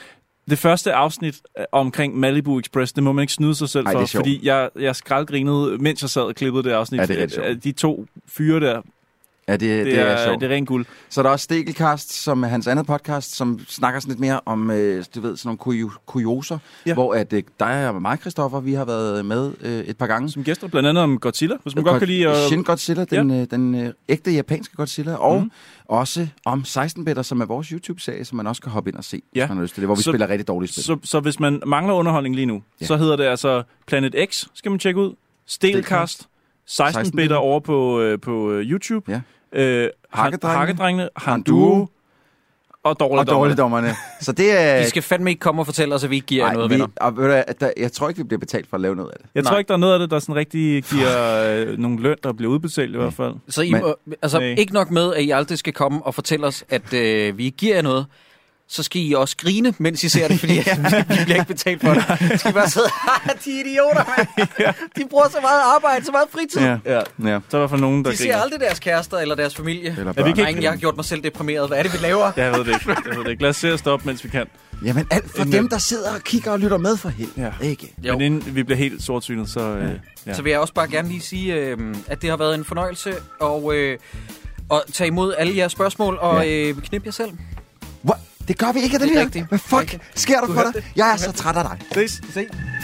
Speaker 5: Det første afsnit øh, omkring Malibu Express, det må man ikke snyde sig selv
Speaker 6: Ej, det
Speaker 5: for,
Speaker 6: er sjovt.
Speaker 5: fordi jeg, jeg skraldgrinede, mens jeg sad og klippede det afsnit.
Speaker 6: Ja, det er rigtig sjovt.
Speaker 5: Øh, De to fyre der, det,
Speaker 6: Ja, det, det,
Speaker 5: det, er,
Speaker 6: sjovt.
Speaker 5: det er ren guld.
Speaker 6: Så er der også Stegelkast, som er hans andet podcast, som snakker sådan lidt mere om, øh, du ved, sådan nogle kurio- kurioser,
Speaker 5: Ja.
Speaker 6: ja. hvor at, øh, dig og mig, Christoffer, vi har været med øh, et par gange.
Speaker 5: Som gæster, blandt andet om Godzilla, hvis man godt kan lide at...
Speaker 6: Shin Godzilla, den, ja. øh, den øh, ægte japanske Godzilla, og mm. også om 16 bitter som er vores YouTube-serie, som man også kan hoppe ind og se,
Speaker 5: Ja.
Speaker 6: hvis man har lyst til det, hvor vi
Speaker 5: Så-
Speaker 6: så, spiller rigtig dårligt spil. Så,
Speaker 5: Så, så hvis man mangler underholdning lige nu, ja.
Speaker 6: Ja.
Speaker 5: så hedder det altså Planet X, skal man tjekke ud. Stelcast, 16 bitter
Speaker 6: 16-bitter.
Speaker 5: over på, øh, på øh, YouTube.
Speaker 6: Ja.
Speaker 5: Øh,
Speaker 6: Hakkedrengene.
Speaker 5: Hakkedrengene, Handuo og
Speaker 6: og
Speaker 5: Dårligdommerne.
Speaker 6: dårligdommerne. så det er...
Speaker 4: *laughs* De skal fandme ikke komme og fortælle os, at vi ikke giver jer noget,
Speaker 6: vi,
Speaker 4: venner.
Speaker 6: og ved du, hvad, der, jeg tror ikke, vi bliver betalt for at lave noget af det.
Speaker 5: Jeg tror
Speaker 4: Nej.
Speaker 5: ikke, der er noget af det, der sådan rigtig giver øh, nogen løn, der bliver udbetalt i hvert fald.
Speaker 4: Så I
Speaker 6: Men-
Speaker 4: må, altså,
Speaker 5: Nej.
Speaker 4: ikke nok med, at I aldrig skal komme og fortælle os, at øh, vi ikke giver jer noget, så skal I også grine, mens I ser det, *laughs* fordi vi bliver ikke betalt for det. Så skal I bare sidde, *laughs* "Ah, de er idioter, *laughs* mand. De bruger så meget arbejde, så meget fritid. Ja.
Speaker 5: ja.
Speaker 6: Ja.
Speaker 5: Så er der for nogen, der
Speaker 4: De ser
Speaker 5: griner.
Speaker 4: aldrig deres kærester eller deres familie.
Speaker 6: Eller
Speaker 5: Ja, vi
Speaker 6: børn.
Speaker 5: kan
Speaker 4: Nej, jeg har gjort mig selv deprimeret. Hvad er det, vi laver?
Speaker 5: Ja, Jeg ved det ikke. Jeg ved det ikke. Lad os se at stoppe, mens vi kan.
Speaker 6: Jamen alt for
Speaker 5: Inden-
Speaker 6: dem, der sidder og kigger og lytter med for helvede.
Speaker 5: Ja.
Speaker 6: Ja. Ikke?
Speaker 5: Jo. Men inden vi bliver helt sortsynet, så... Øh, ja.
Speaker 4: Så vil jeg også bare gerne lige sige, øh, at det har været en fornøjelse og, øh, at tage imod alle jeres spørgsmål og øh, knip jer selv.
Speaker 6: Hvor? Det gør vi ikke, er det,
Speaker 4: Det er
Speaker 6: det
Speaker 4: rigtigt.
Speaker 6: Hvad
Speaker 4: Det er
Speaker 6: fuck
Speaker 4: rigtigt.
Speaker 6: sker der
Speaker 4: Du
Speaker 6: for
Speaker 4: hørte
Speaker 6: dig? Jeg er så træt af dig.
Speaker 5: Ses.
Speaker 4: Se.